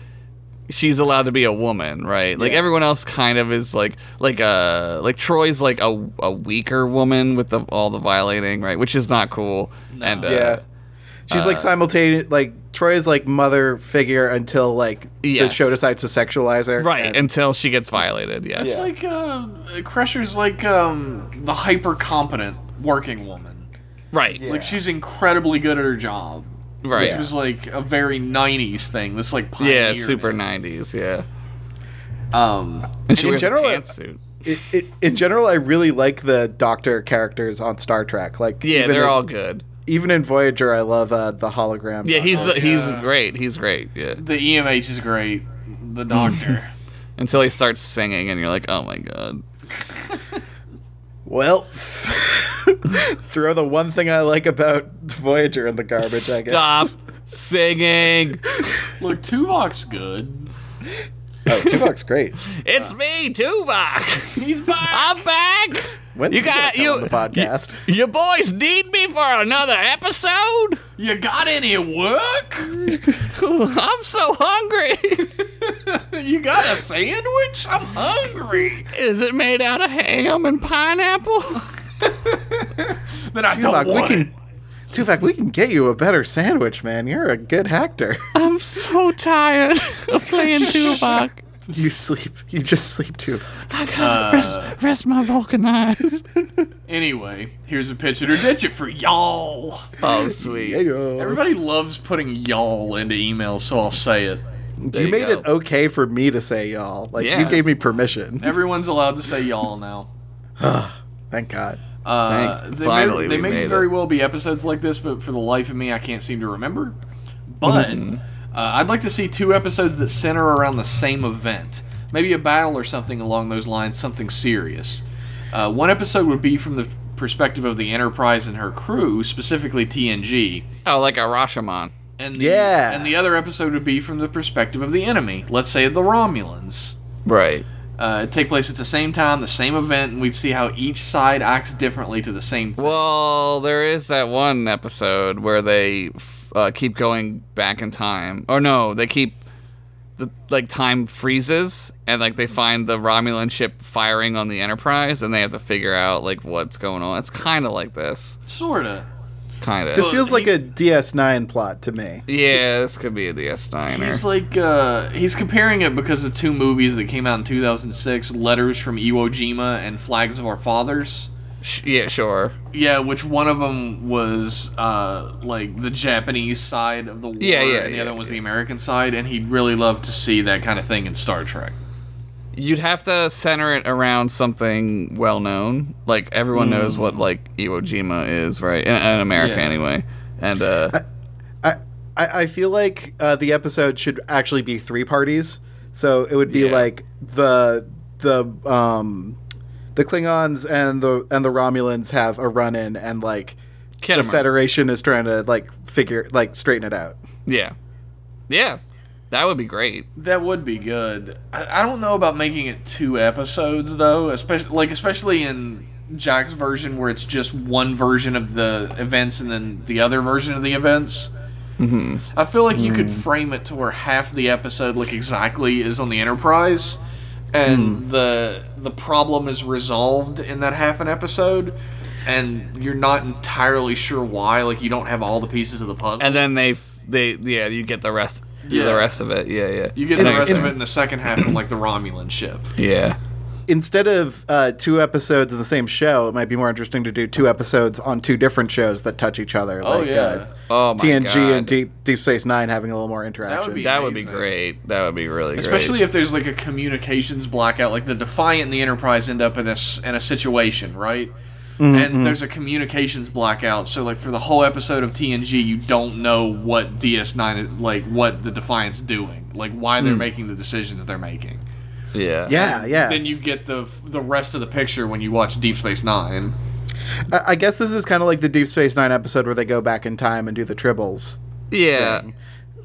B: she's allowed to be a woman, right? Like everyone else kind of is like like uh like Troy's like a, a weaker woman with the, all the violating, right? Which is not cool. And uh,
C: Yeah. She's like simultaneous like Troy's like mother figure until like the
B: Yes.
C: show decides to sexualize her.
B: right
C: And-
B: until she gets violated. Yes.
A: It's like uh, Crusher's like um, the hyper competent working woman.
B: Right.
A: Like she's incredibly good at her job.
B: Right.
A: Which was like a very '90s thing. That's like
B: Yeah,
A: pioneered
B: super
A: it.
B: 90s, yeah.
A: Um,
B: And she
C: In
B: wears
C: general,
B: a pantsuit.
C: it, it, in general, I really like the Doctor characters on Star Trek. Like
B: Yeah,
C: even
B: they're
C: in,
B: all good.
C: even in Voyager. I love uh, the hologram.
B: Yeah, he's
A: Oh,
B: the, he's
A: yeah.
B: great. He's great. Yeah.
A: the EMH is great. The Doctor.
B: Until he starts singing, and you're like, oh my god.
C: well. throw the one thing I like about Voyager in the garbage. I guess.
B: Stop singing.
A: Look, Tuvok's good.
C: Oh, Tuvok's great.
B: It's
C: Ah.
B: me, Tuvok.
A: He's back.
B: I'm back.
C: When's
B: You
C: he gonna
B: got-
C: come
B: you-
C: on the podcast.
B: You boys need me for another episode?
A: You got any work?
B: I'm so hungry.
A: You got a sandwich? I'm hungry.
B: Is it made out of ham and pineapple?
A: Then I
C: Tuvok,
A: don't
C: we
A: want it.
C: can. Tuvok, we can get you a better sandwich, man. You're a good actor.
B: I'm so tired of playing Tuvok.
C: you sleep. You just sleep too.
B: I
C: Uh.
B: gotta rest, rest my Vulcan eyes.
A: Anyway, here's a pitch it or ditch it for y'all.
B: Oh, sweet.
C: Yeah, yo.
A: Everybody loves putting y'all into emails, so I'll say it.
B: There
C: You made
B: go.
C: it okay for me to say y'all. Like you
B: Yes.
C: gave me permission.
A: Everyone's allowed to say y'all now.
C: Thank God.
A: Uh,
B: Thank-
A: they
B: finally
A: may, they
B: we
A: may
B: made
A: very
B: it.
A: well be episodes like this, but for the life of me, I can't seem to remember. But
B: Mm-hmm.
A: uh, I'd like to see two episodes that center around the same event, maybe a battle or something along those lines, something serious. Uh, one episode would be from the perspective of the Enterprise and her crew, specifically TNG.
B: Oh, like a Rashomon.
A: And the,
C: Yeah.
A: And the other episode would be from the perspective of the enemy. Let's say the Romulans.
B: Right.
A: Uh, it'd take place at the same time, the same event, and we'd see how each side acts differently to the same.
B: Well, there is that one episode where they f- uh, Oh, keep going back in time. Or no, they keep the like time freezes and like they find the Romulan ship firing on the Enterprise and they have to figure out like what's going on. It's kind of like this,
A: Sorta.
B: kind of.
C: This feels like a DS9 plot to me.
B: yeah, this could be a DS9.
A: He's
B: Or,
A: like uh, he's comparing it because of two movies that came out in 2006, Letters from Iwo Jima and Flags of Our Fathers.
B: sh- yeah, sure.
A: Yeah, which one of them was uh, like the Japanese side of the war,
B: Yeah, yeah,
A: and the
B: yeah,
A: other one was the American side, and he'd really love to see that kind of thing in Star Trek.
B: You'd have to center it around something well known. Like everyone knows what like Iwo Jima is, right? In, in America,
A: Hmm. Yeah.
B: anyway. And uh,
C: I I, I feel like uh, the episode should actually be three parties. So it would be
B: Yeah.
C: like the the um the Klingons and the and the Romulans have a run in and like the
B: Kittimer.
C: Federation is trying to like figure like straighten it out.
B: yeah, yeah, that would be great.
A: That would be good. I, I don't know about making it two episodes though, especially like especially in Jack's version where it's just one version of the events and then the other version of the events. I feel like you could frame it to where half the episode, like exactly, is on the Enterprise, and the the problem is resolved in that half an episode, and you're not entirely sure why. Like you don't have all the pieces of the puzzle.
B: and then they they yeah you get the rest
A: Yeah.
B: the rest of it yeah yeah
A: you get the
B: Thanks,
A: rest of
B: man.
A: it in the second half, of, like the Romulan ship.
B: yeah
C: Instead of uh, two episodes of the same show, it might be more interesting to do two episodes on two different shows that touch each other.
A: Oh,
C: like,
A: yeah.
C: uh,
B: oh my
C: TNG
B: god
C: and Deep Deep Space Nine having a little more interaction.
A: be
B: that would be
A: Amazing.
B: great that would be really
A: Especially
B: great.
A: if there's like a communications blackout, like the Defiant and the Enterprise end up in this in a situation, right? And there's a communications blackout, so like for the whole episode of TNG, you don't know what DS9 is like, what the Defiant's doing, like why they're making the decisions that they're making.
B: yeah
C: yeah, yeah.
A: Then you get the the rest of the picture when you watch Deep Space Nine.
C: I I guess this is kind of like the Deep Space Nine episode where they go back in time and do the tribbles.
B: yeah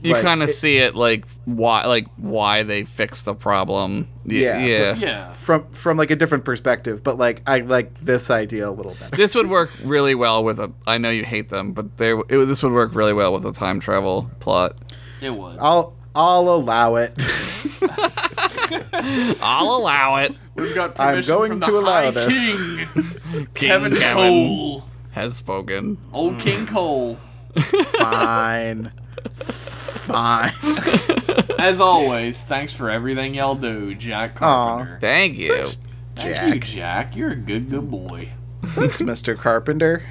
B: you
C: Like,
B: kind of
C: it-
B: see it like why like why they fixed the problem yeah
C: Yeah.
B: yeah,
A: Yeah,
C: from from like a different perspective, but like I like this idea a little better.
B: this would work really well with a I know you hate them but there it, would- this would work really well with a time travel plot
A: it would.
C: I'll I'll allow it.
B: I'll allow it
A: We've got
C: I'm
A: permission
C: going
A: from the
C: to allow
A: High
C: this.
A: King,
B: King
A: Kevin Cole,
B: has spoken
A: old King Cole.
C: Fine, fine.
A: As always, thanks for everything y'all do, Jack Carpenter.
B: thank you
A: Thank
C: Jack.
A: you, Jack. You're a good, good boy.
C: Thanks, Mr. Carpenter.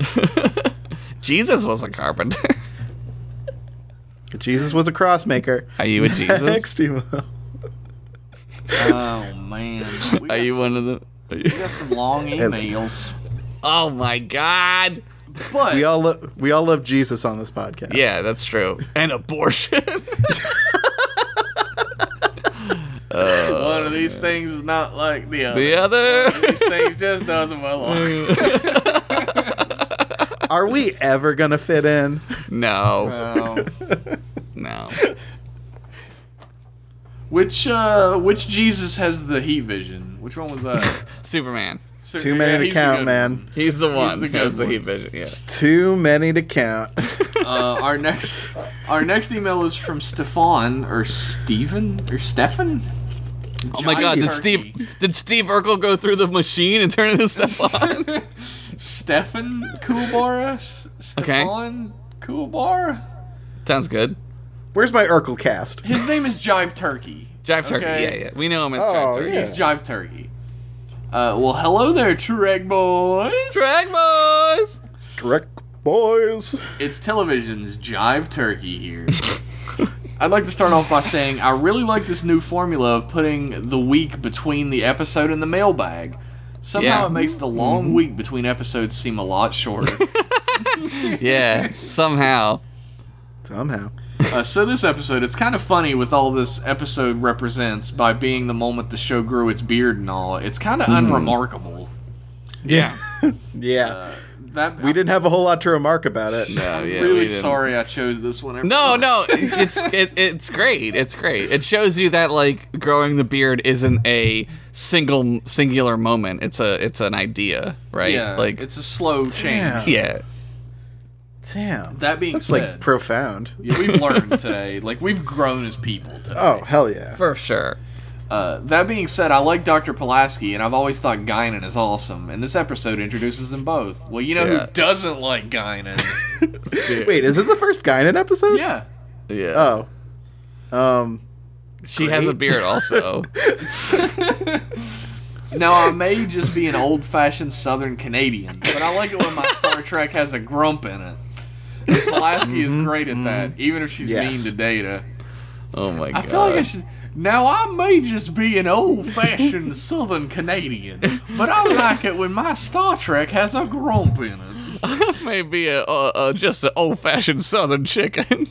B: Jesus was a carpenter
C: Jesus was a crossmaker.
B: are you a Jesus
C: Thanks, Timo.
A: Oh man, we
B: Are
A: got,
B: you
A: some,
B: one of the?
A: we got some long emails,
B: Oh my God!
A: but
C: We all lo- we all love Jesus on this podcast.
B: Yeah, that's true. And abortion.
A: one of these things is not like the other.
B: the other.
A: These things just doesn't belong.
C: Are we ever gonna fit in?
B: No,
A: Um,
B: no.
A: which uh, which Jesus has the heat vision? Which one was that?
B: Superman.
A: So-
C: Too many to
A: he's the
C: count,
A: good
C: man.
A: one.
B: He's the one.
A: the
B: the
A: good
B: has the
A: one.
B: heat vision. Yeah.
C: Too many to count.
A: Uh, our next our next email is from Stefan or Stephen or Stefan.
B: Oh my God! Did Steve did Steve Urkel go through the machine and turn his stuff on?
A: Stefan Kubara? S-
B: Okay.
A: Stefan Kubara?
B: Sounds good.
C: Where's my Urkel cast?
A: His name is Jive Turkey.
B: Jive Turkey.
A: Okay.
B: Yeah, yeah. We know him as
C: Oh,
B: Jive Turkey.
C: yeah.
A: He's Jive Turkey. Uh, well, hello there, Trek boys.
B: Drag boys.
C: Direct boys.
A: It's television's Jive Turkey here. I'd like to start off by saying I really like this new formula of putting the week between the episode and the mailbag. Somehow
B: Yeah. Mm-hmm.
A: it makes the long week between episodes seem a lot shorter.
B: Yeah. Somehow.
C: Somehow.
A: Uh, so this episode, it's kind of funny with all this episode represents by being the moment the show grew its beard and all. It's kind of
B: Mm-hmm.
A: unremarkable.
B: Yeah.
C: Yeah.
A: That
C: we didn't have a whole lot to remark about it.
B: No. Yeah. we
A: really
B: didn't.
A: sorry I chose this one.
B: No, no, it's it, it's great. It's great. It shows you that like growing the beard isn't a single singular moment. It's a it's an idea, right?
A: yeah,
B: like
A: it's a slow change.
C: Yeah.
B: yeah,
C: Damn.
A: That being
C: That's
A: said,
C: like profound.
A: yeah, we've learned today. Like we've grown as people today.
C: Oh, hell yeah.
B: for sure.
A: Uh, that being said, I like Dr. Pulaski, and I've always thought Guinan is awesome, and this episode introduces them both. Well, you know
B: Yeah.
A: who doesn't like Guinan?
C: Wait, is this the first Guinan episode?
A: yeah.
B: Yeah.
C: Oh. Um.
B: she has a beard also.
A: Now, I may just be an old fashioned Southern Canadian, but I like it when my Star Trek has a grump in it. And Pulaski is great at that, even if she's
C: Yes.
A: mean to Data.
B: oh my
A: Mm-hmm. I
B: god.
A: feel like I should. Now, I may just be an old fashioned Southern Canadian, but I like it when my Star Trek has a grump in it.
B: Maybe a, a, a just an old fashioned Southern chicken.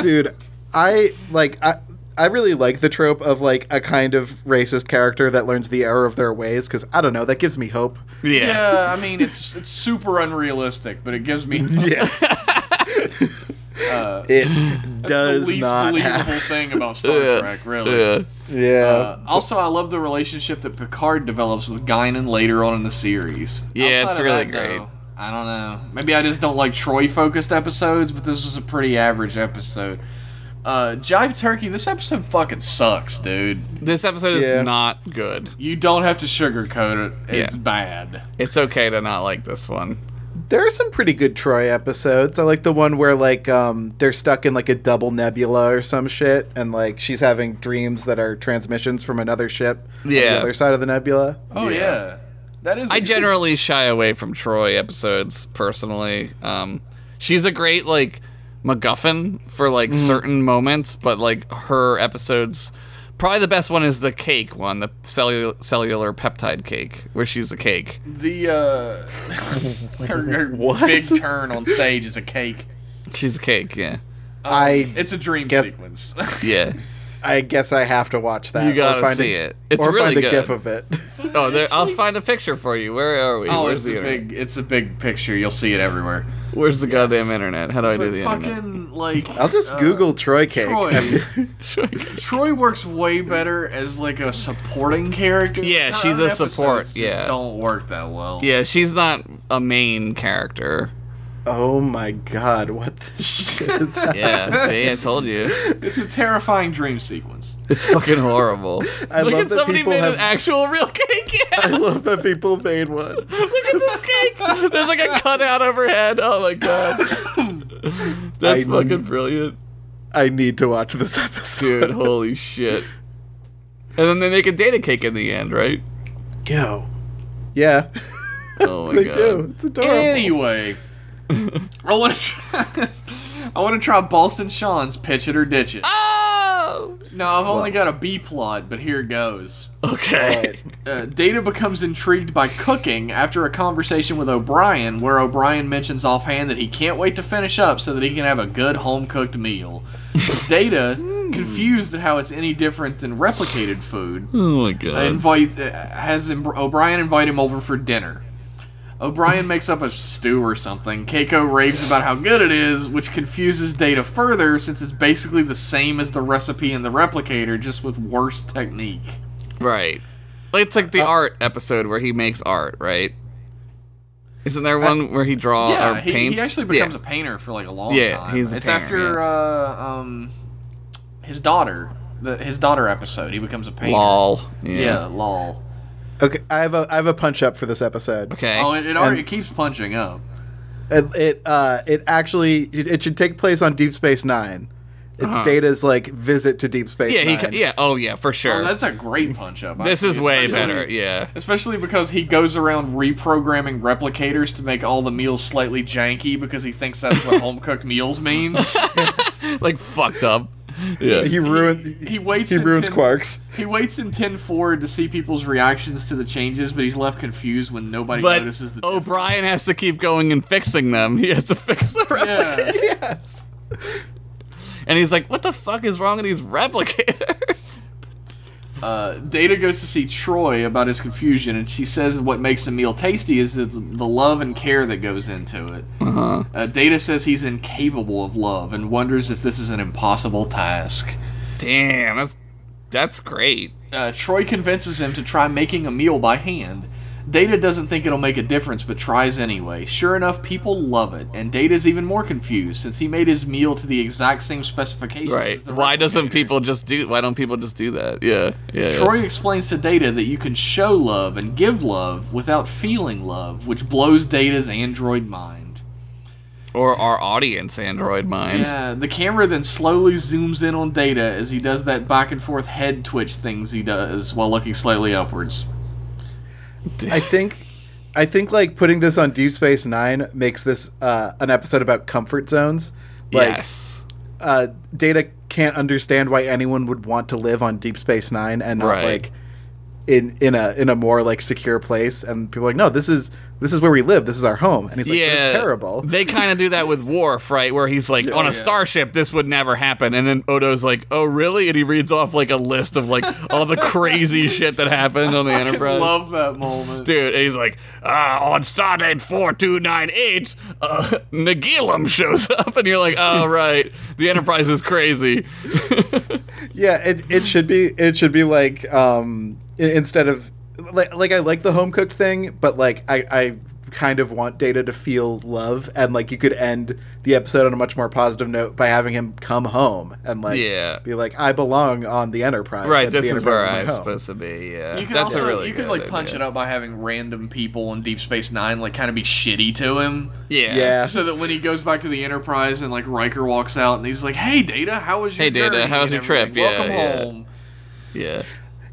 C: dude i like i I really like the trope of like a kind of racist character that learns the error of their ways because I don't know that gives me hope.
A: Yeah, I mean it's it's super unrealistic, but it gives me
C: Yes, it
A: Uh, the
C: does
A: least
C: not
A: believable
C: happen.
A: thing about Star
B: Yeah.
A: Trek, really.
B: Yeah.
C: Yeah,
A: Uh, also, I love the relationship that Picard develops with Guinan later on in the series.
B: Yeah, it's
A: Outside of
B: really
A: that, though,
B: great.
A: I don't know. Maybe I just don't like Troy-focused episodes, but this was a pretty average episode. Uh, Jive Turkey, this episode fucking sucks, dude.
B: This episode is
C: Yeah.
B: not good.
A: You don't have to sugarcoat it. It's
B: Yeah.
A: bad.
B: It's okay to not like this one.
C: there are some pretty good Troy episodes. I like the one where like um they're stuck in like a double nebula or some shit, and like she's having dreams that are transmissions from another ship on
B: Yeah. Uh,
C: the other side of the nebula.
A: Oh yeah,
B: Yeah.
A: that is. a
B: I
A: good-
B: generally shy away from Troy episodes personally. Um, she's a great like MacGuffin for like
A: Mm.
B: certain moments, but like her episodes, probably the best one is the cake one, the cellular cellular peptide cake, where she's a cake.
A: the uh, her, her big turn on stage is a cake.
B: She's a cake, yeah,
C: I
A: It's a dream
C: Guess-
A: sequence.
B: yeah.
C: I guess I have to watch that.
B: You gotta
C: or find
B: see
C: a,
B: it. It's
C: or
B: really
C: find a
B: good.
C: gif of it.
B: Oh, there, I'll find a picture for you. Where are we?
A: oh,
B: Where's
A: it's
B: the
A: a
B: internet?
A: big, it's a big picture. You'll see it everywhere.
B: Where's the goddamn internet? How do I do
A: But
B: the
A: fucking like,
C: I'll just
A: uh,
C: Google Troy cake.
A: Troy.
B: internet?
A: Troy works way better as like a supporting character.
B: Yeah,
A: Not-
B: she's
A: her
B: a support,
A: episodes
B: yeah.
A: just don't work that well.
B: yeah, she's not a main character.
C: Oh my god, what the shit is that?
B: Yeah, see, I told you.
A: it's a terrifying dream sequence.
B: It's fucking horrible.
C: I
B: Look
C: love
B: at
C: that
B: somebody
C: people
B: made
C: have-
B: an actual real cake.
C: I
B: Yeah.
C: love that people made one.
B: Look at this cake. There's like a cutout of her head. Oh my god. That's
C: I-
B: fucking brilliant,
C: I need to watch this episode.
B: dude. Holy shit. And then they make a data cake in the end, right?
C: Go. Yeah,
B: Oh my
C: they
B: god.
C: do. It's adorable.
A: Anyway, I want to try. I want to try Boston Sean's pitch it or ditch it.
B: Ah! Oh.
A: No, I've only got a B plot, but here goes.
B: Okay.
C: Alright.
A: Uh, Data becomes intrigued by cooking after a conversation with O'Brien, where O'Brien mentions offhand that he can't wait to finish up so that he can have a good home cooked meal. Data, confused at how it's any different than replicated food,
B: Oh my god.
A: invite uh, has Im- O'Brien invite him over for dinner. O'Brien makes up a stew or something. Keiko raves about how good it is, which confuses Data further since it's basically the same as the recipe in the replicator, just with worse technique.
B: Right. Like, It's like the art episode where he makes art, right? Isn't there one where he draws
A: Yeah,
B: Uh, or
A: he,
B: paints?
A: he actually
B: Yeah.
A: becomes a painter for like a long
B: Yeah,
A: time.
B: he's a
A: it's
B: painter,
A: after uh, um, his daughter, the, his daughter episode. He becomes a painter.
B: lol.
A: Yeah, lol.
C: Okay, I have a I have a punch up for this episode.
B: Okay.
A: Oh, it, it, already,
C: And-
A: it keeps punching up.
C: It it, uh, it actually it, it should take place on Deep Space Nine. It's Data's like visit to Deep Space
B: Uh-huh. yeah, he.
C: Nine.
B: ca- Yeah. Oh, yeah. For sure.
A: Oh, that's a great punch up.
B: this is
A: actually,
B: way
A: especially-
B: better. Yeah.
A: Especially because he goes around reprogramming replicators to make all the meals slightly janky because he thinks that's what home cooked meals mean.
B: Like fucked up. Yeah.
C: he ruins
A: He waits.
C: he
A: in
C: ruins
A: 10
C: quarks.
A: He waits in ten forward to see people's reactions to the changes, but he's left confused when nobody
B: But
A: notices the. difference.
B: O'Brien has to keep going and fixing them. He has to fix the replicator.
A: Yeah.
C: Yes.
B: And he's like, "What the fuck is wrong with these replicators?"
A: Uh, Data goes to see Troy about his confusion, and she says what makes a meal tasty is the the love and care that goes into it. Uh-huh. Data says he's incapable of love and wonders if this is an impossible task.
B: Damn. That's that's great.
A: Uh, Troy convinces him to try making a meal by hand. Data doesn't think it'll make a difference, but tries anyway. Sure enough, people love it, and Data's even more confused since he made his meal to the exact same specifications.
B: Right.
A: as the
B: Why doesn't
A: replicator.
B: people just do? Why don't people just do that? Yeah. Yeah. yeah.
A: Troy explains to Data that you can show love and give love without feeling love, which blows Data's android mind.
B: or our audience android mind.
A: Yeah, the camera then slowly zooms in on Data as he does that back and forth head twitch things he does while looking slightly upwards.
C: I think, I think like putting this on Deep Space Nine makes this uh, an episode about comfort zones. Like,
B: yes.
C: uh, Data can't understand why anyone would want to live on Deep Space Nine and not
B: Right.
C: like in in a in a more like secure place. And people are like, no, this is this is where we live. This is our home. And he's like,
B: yeah.
C: it's terrible.
B: They kind of do that with Worf, right? Where he's like, on a starship, this would never happen. And then Odo's like, oh, really? And he reads off like a list of like all the crazy shit that happened on the Enterprise.
A: Love that moment.
B: Dude, and he's like, uh, on Stardate 4298, uh, Nagilum shows up. And you're like, oh, right. The Enterprise is crazy.
C: Yeah, it, it should be it should be like um i- instead of like like I like the home cooked thing, but like I I kind of want Data to feel love and like you could end the episode on a much more positive note by having him come home and like
B: Yeah.
C: be like I belong on the Enterprise.
B: Right,
C: and the
B: this is
C: Enterprise
B: where
C: my
B: I'm
C: home."
B: supposed to be. Yeah,
A: You could
B: that's
A: also
B: a really
A: you could
B: good
A: like punch
B: idea.
A: it up by having random people on Deep Space Nine like kind of be shitty to him.
B: Yeah,
C: Yeah.
A: So that when he goes back to the Enterprise and like Riker walks out and he's like, "Hey Data, how was your
B: Hey, Data,
A: journey
B: how
A: and
B: was your trip?
A: everything? Welcome
B: Yeah, yeah.
A: home."
B: yeah.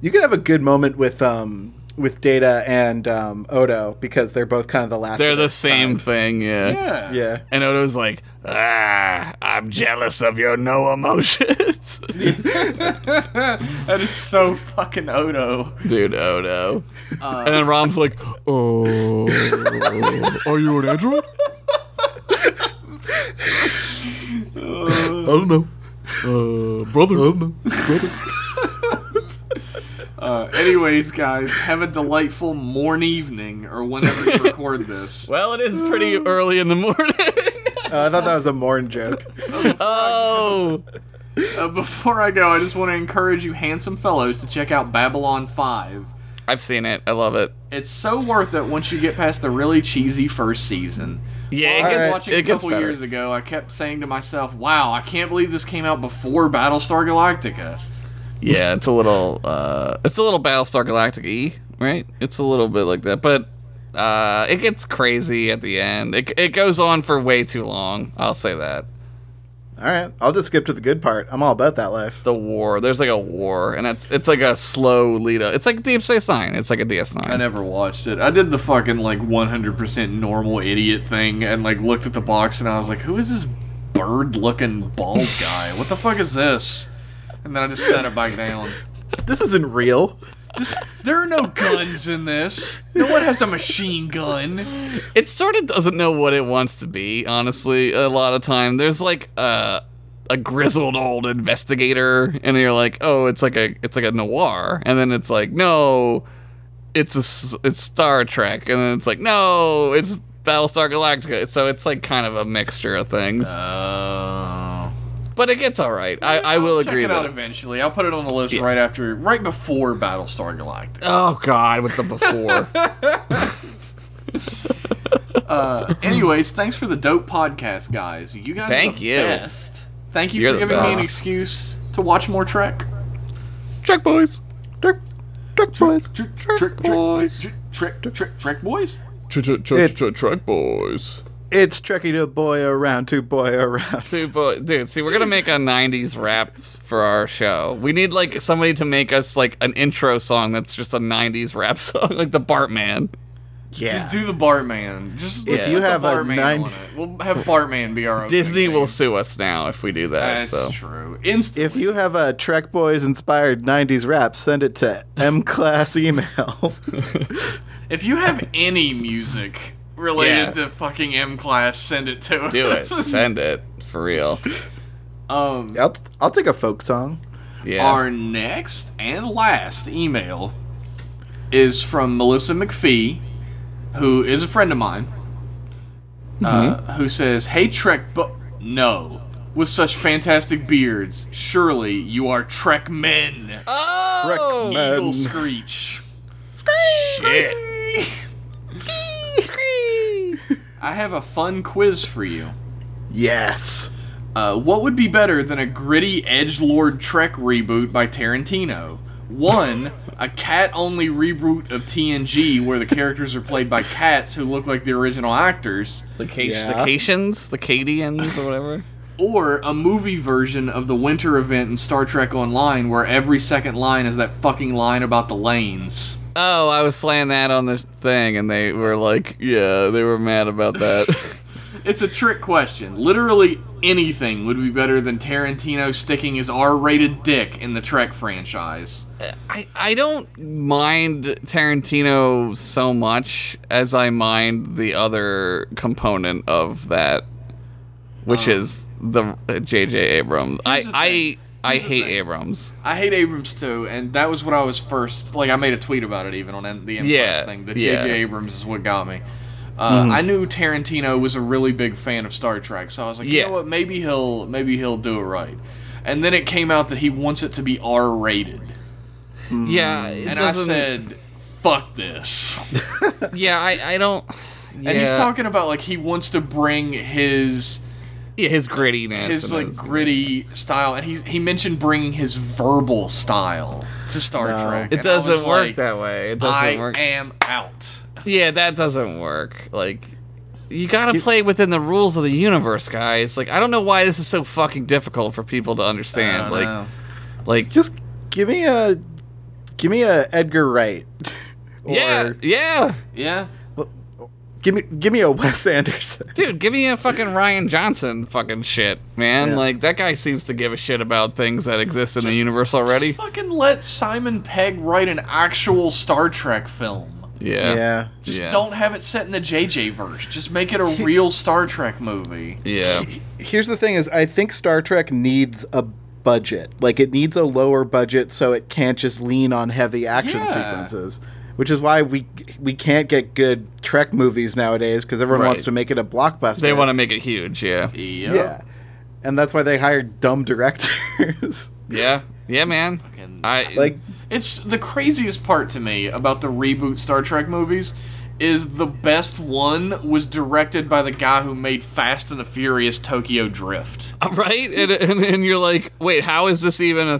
C: You could have a good moment with um with Data and um Odo because they're both kind of the last
B: They're
C: of
B: the
C: their
B: same
C: time.
B: thing. Yeah.
A: Yeah.
C: Yeah.
B: And Odo's like, ah, I'm jealous of your no emotions,
A: That is so fucking Odo.
B: dude. Odo.
A: Uh.
B: and then Rom's like, oh,
D: Are you an android?
C: I don't know.
D: Uh, brother.
A: Uh, anyways, guys, have a delightful morn evening or whenever you record this.
B: well, it is pretty early in the morning.
C: Uh, I thought that was a Morn joke.
B: oh,
A: Uh, before I go, I just want to encourage you, handsome fellows, to check out Babylon 5.
B: I've seen it. I love it.
A: It's so worth it once you get past the really cheesy first season.
B: Yeah, it
A: I was
B: gets,
A: watching
B: it
A: a
B: gets
A: couple
B: better.
A: years ago. I kept saying to myself, "Wow, I can't believe this came out before Battlestar Galactica."
B: Yeah, it's a little uh it's a little Battlestar Galactic y, right? It's a little bit like that. But uh it gets crazy at the end. It it goes on for way too long. I'll say that.
C: All right, I'll just skip to the good part. I'm all about that life.
B: The war. There's like a war and it's it's like a slow lead up. It's like Deep Space Nine. It's like a DS
A: I
B: nine.
A: never watched it. I did the fucking like 100% normal idiot thing and like looked at the box and I was like, "Who is this bird-looking bald guy? What the fuck is this?" And then I just set it back down.
C: This isn't real.
A: This, there are no guns in this. No one has a machine gun.
B: It sort of doesn't know what it wants to be, honestly, a lot of time. There's like a a grizzled old investigator and you're like, "Oh, it's like a it's like a noir." And then it's like, "No, it's a s- it's Star Trek, and then it's like no, it's Battlestar Galactica. So it's like kind of a mixture of things,
A: Uh,
B: but it gets all right. I, I will agree
A: Check it out
B: that.
A: eventually. I'll put it on the list right after, right before Battlestar Galactica.
B: Oh God, with the before.
A: Anyways, thanks for the dope podcast, guys. You guys
B: Thank
A: are the
B: you.
A: best. Thank you
B: You're
A: for
B: the
A: giving me an
B: best.
A: excuse to watch more Trek.
B: Trek boys, Trek, Trek boys,
A: Trek,
B: Trek boys.
A: Trek, Trek, Trek boys.
D: Trek boys.
C: It's tricky to boy around, to boy around.
B: Dude, but- dude, see, we're gonna make a '90s rap for our show. We need like somebody to make us like an intro song that's just a '90s rap song, like the Bartman.
C: Yeah.
A: Just do the Bartman. Just
B: If
A: put
B: you
A: the
C: have a
A: Bartman
C: nine-
A: on it. We'll have Bartman be our own
B: Disney
A: name.
B: will sue us now if we do that.
A: That's
B: so.
A: true. Instantly.
C: if you have a Trek Boys inspired 90s rap, send it to mclass email.
A: If you have any music related
B: Yeah.
A: to fucking M class, send it to us.
B: Do it. Send it. For real.
A: um,
C: I'll, I'll take a folk song.
B: Yeah.
A: Our next and last email is from Melissa McPhee, who is a friend of mine, uh, who says, Hey, Trek, but no. With such fantastic beards, surely you are Trek men.
B: oh!
C: Trek men.
A: Eagle Screech.
B: Shit.
A: I have a fun quiz for you.
C: Yes.
A: Uh, what would be better than a gritty Edge Lord Trek reboot by Tarantino? One, a cat-only reboot of TNG where the characters are played by cats who look like the original actors,
B: The Ca-
C: Yeah.
B: the Catians, the Cadians, or whatever.
A: or a movie version of the winter event in Star Trek Online where every second line is that fucking line about the lanes.
B: Oh, I was playing that on this thing, and they were like, yeah, they were mad about that.
A: It's a trick question. Literally anything would be better than Tarantino sticking his R-rated dick in the Trek franchise.
B: I, I don't mind Tarantino so much as I mind the other component of that, which is the uh, J.J. Abrams. I
A: Uh-huh. Here's the
B: I
A: thing.
B: I
A: Here's the
B: hate
A: thing.
B: Abrams.
A: I hate Abrams too, and that was what I was first. Like I made a tweet about it even on N- the N
B: Yeah,
A: thing. The
B: yeah. Mm-hmm.
A: J.J. Abrams is what got me. Uh, I knew Tarantino was a really big fan of Star Trek, so I was like, you
B: Yeah.
A: know what? Maybe he'll maybe he'll do it right. And then it came out that he wants it to be R rated,
B: Yeah, it
A: Mm. and I
B: doesn't-
A: said, "Fuck this."
B: yeah, I I don't. Yeah,
A: And he's talking about like he wants to bring his
B: yeah, his grittiness.
A: his
B: and
A: like
B: his-
A: gritty style, and he he mentioned bringing his verbal style to Star
C: No.
A: Trek.
B: it
A: and I was
B: doesn't work
A: like,
B: that way. It doesn't
A: I
B: work.
A: am out.
B: Yeah, that doesn't work. Like, you gotta play within the rules of the universe, guys. Like, I don't know why this is so fucking difficult for people to understand. Like, like
C: Just give me a give me a Edgar Wright. or
B: yeah, yeah,
A: yeah,
C: Give me give me a Wes Anderson.
B: dude, give me a fucking Ryan Johnson fucking shit, man.
C: Yeah.
B: Like that guy seems to give a shit about things that exist in the
A: Just-
B: universe already.
A: Just fucking let Simon Pegg write an actual Star Trek film.
B: yeah, yeah,
C: Yeah.
A: Just
B: Yeah.
A: don't have it set in the JJ verse. Just make it a real Star Trek movie.
B: yeah.
C: Here's the thing is I think Star Trek needs a budget. Like it needs a lower budget so it can't just lean on heavy action
A: Yeah.
C: sequences. Which is why we we can't get good Trek movies nowadays because everyone wants
B: Right.
C: to make it a blockbuster.
B: They want to make it huge. Yeah,
A: Yep.
C: Yeah. And that's why they hired dumb directors.
B: yeah, yeah, man.
A: Fucking-
B: I
C: like
A: It's the craziest part to me about the reboot Star Trek movies is the best one was directed by the guy who made Fast and the Furious Tokyo Drift.
B: right, and, and, and you're like, wait, how is this even a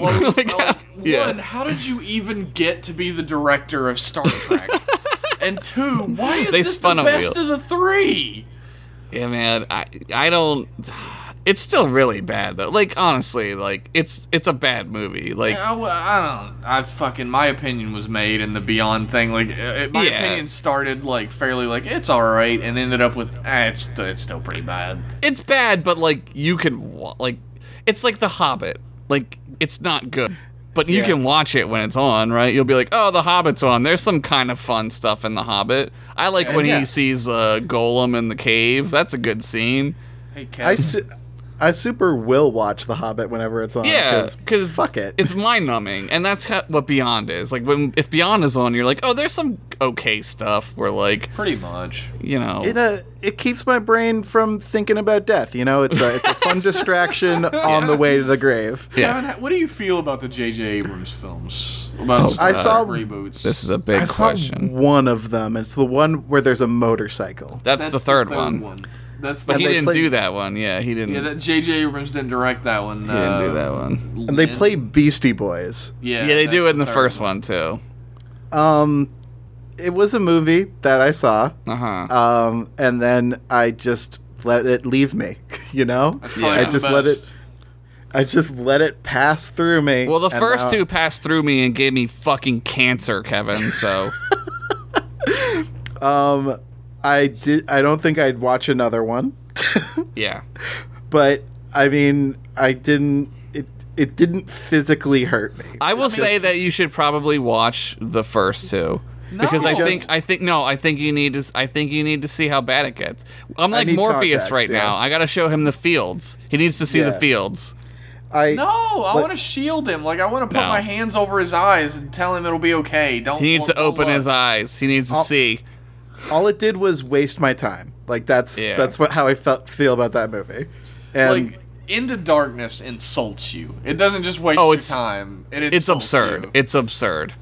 A: blows-
B: Like,
A: like,
B: how- yeah.
A: One, how did you even get to be the director of Star Trek? and two, why is
B: They
A: this
B: spun
A: the
B: a
A: best
B: wheel.
A: of the three?
B: Yeah, man. I I don't. It's still really bad though. Like honestly, like it's it's a bad movie. Like
A: I, w- Oh, I don't. I fucking my opinion was made in the Beyond thing. Like uh, my
B: Yeah.
A: opinion started like fairly like it's all right, and ended up with eh, it's st- it's still pretty bad.
B: it's bad, but like you can wa- like it's like The Hobbit. Like it's not good, but you
C: Yeah.
B: can watch it when it's on, right? You'll be like, oh, The Hobbit's on. There's some kind of fun stuff in The Hobbit. I like when
C: yeah.
B: he sees uh, Golem in the cave. That's a good scene.
A: Hey,
C: I,
A: Kevin.
C: su- I super will watch The Hobbit whenever it's on.
B: Yeah, because
C: Oh, fuck it.
B: it's mind numbing, and that's how, what Beyond is. Like when if Beyond is on, you're like, oh, there's some okay stuff where like
A: pretty much.
B: you know
C: it, uh, it keeps my brain from thinking about death. You know, it's a, it's a fun distraction on the way to the grave.
B: Yeah.
A: Kevin, how- what do you feel about the J.J. Abrams films?
B: Um,
A: About Star
C: I
A: Trek
C: saw-
A: reboots.
B: This is a big
C: I saw
B: question.
C: one of them. It's the one where there's a motorcycle.
B: That's, the third, one.
A: That's the
B: But he
C: they
B: didn't
C: played-
B: do that one. Yeah, he didn't.
A: Yeah, that J.J. Abrams didn't direct that one. uh,
B: he didn't do that one.
C: And they play Beastie Boys.
A: Yeah,
B: Yeah, they
A: that's
B: do it in the
A: third
B: first one too.
C: Um, it was a movie that I saw,
B: Uh huh.
C: um, and then I just let it leave me. You know,
A: That's probably
C: I
A: the
C: just let
A: best.
C: it. I just let it pass through me.
B: Well, the
C: and
B: first
C: now-
B: two passed through me and gave me fucking cancer, Kevin. So
C: Um, I did. I don't think I'd watch another one,
B: yeah,
C: but I mean, I didn't. It it didn't physically hurt me.
B: I will say that you should probably watch the first two. Because I
A: No.
B: think I think no I think you need to s- I think you need to see how bad it gets. I'm like
C: need
B: Morpheus
C: context,
B: right
C: yeah.
B: now. I gotta show him the fields. He needs to see the
C: Yeah.
B: fields.
C: I
A: No, I
C: Like-
A: want to shield him. Like I want to put
B: No.
A: my hands over his eyes and tell him it'll be okay. Don't.
B: He needs to
A: don't
B: open
A: look.
B: his eyes. He needs to see.
C: all it did was waste my time. Like that's
B: Yeah.
C: that's what how I felt feel about that movie. And
A: Like into darkness insults you. It doesn't just waste
B: Oh,
A: your
B: it's-
A: time. It
B: it's
A: insults
B: absurd.
A: you.
B: It's absurd.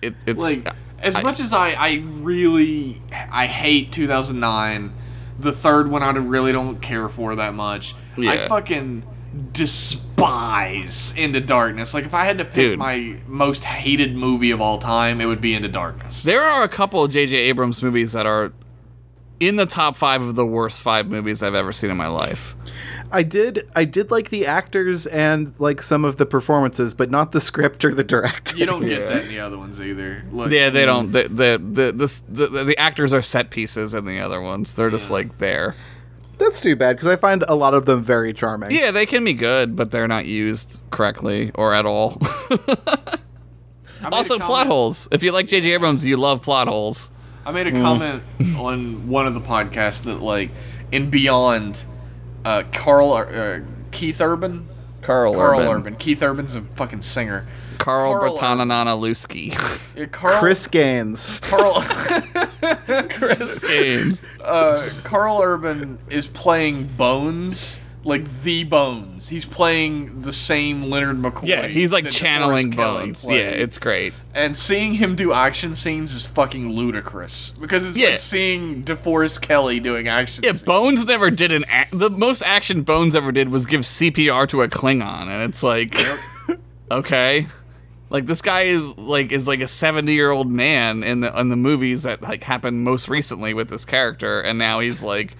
B: It, it's
A: like as much as I, I really I hate 2009, the third one I really don't care for that much. I
B: Yeah.
A: fucking despise Into Darkness. Like if I had to pick
B: Dude.
A: my most hated movie of all time, it would be Into Darkness.
B: There are a couple of J.J. Abrams movies that are in the top five of the worst five movies I've ever seen in my life.
C: I did I did like the actors and like some of the performances, but not the script or the director.
A: you don't get
B: Yeah.
A: that in the other ones either. Look,
B: Yeah, they don't. The the the the, the, the actors are set pieces in the other ones. They're just like there.
C: That's too bad because I find a lot of them very charming.
B: Yeah, they can be good, but they're not used correctly or at all.
A: I made a
B: also, plot
A: comment-
B: holes. If you like J.J. Abrams, you love plot holes.
A: I made a comment on one of the podcasts that like in Beyond, uh, Carl uh, Keith Urban,
B: Carl,
A: Carl Urban.
B: Urban.
A: Keith Urban's a fucking singer.
B: Carl,
A: Carl Urban.
B: Bertanananalewski.
A: Yeah, Uh, Carl
C: Chris Gaines.
A: Carl Chris uh, Carl Urban is playing Bones, like the Bones. He's playing the same Leonard McCoy.
B: yeah, he's like
A: that
B: channeling
A: DeForest Kelly
B: bones. Yeah,
A: played.
B: it's great.
A: and seeing him do action scenes is fucking ludicrous because it's
B: Yeah.
A: like seeing DeForest Kelly doing action.
B: Yeah,
A: scenes.
B: Bones never did an act. The most action Bones ever did was give CPR to a Klingon, and it's like, okay, like this guy is like is like a seventy year old man in the in the movies that like happened most recently with this character, and now he's like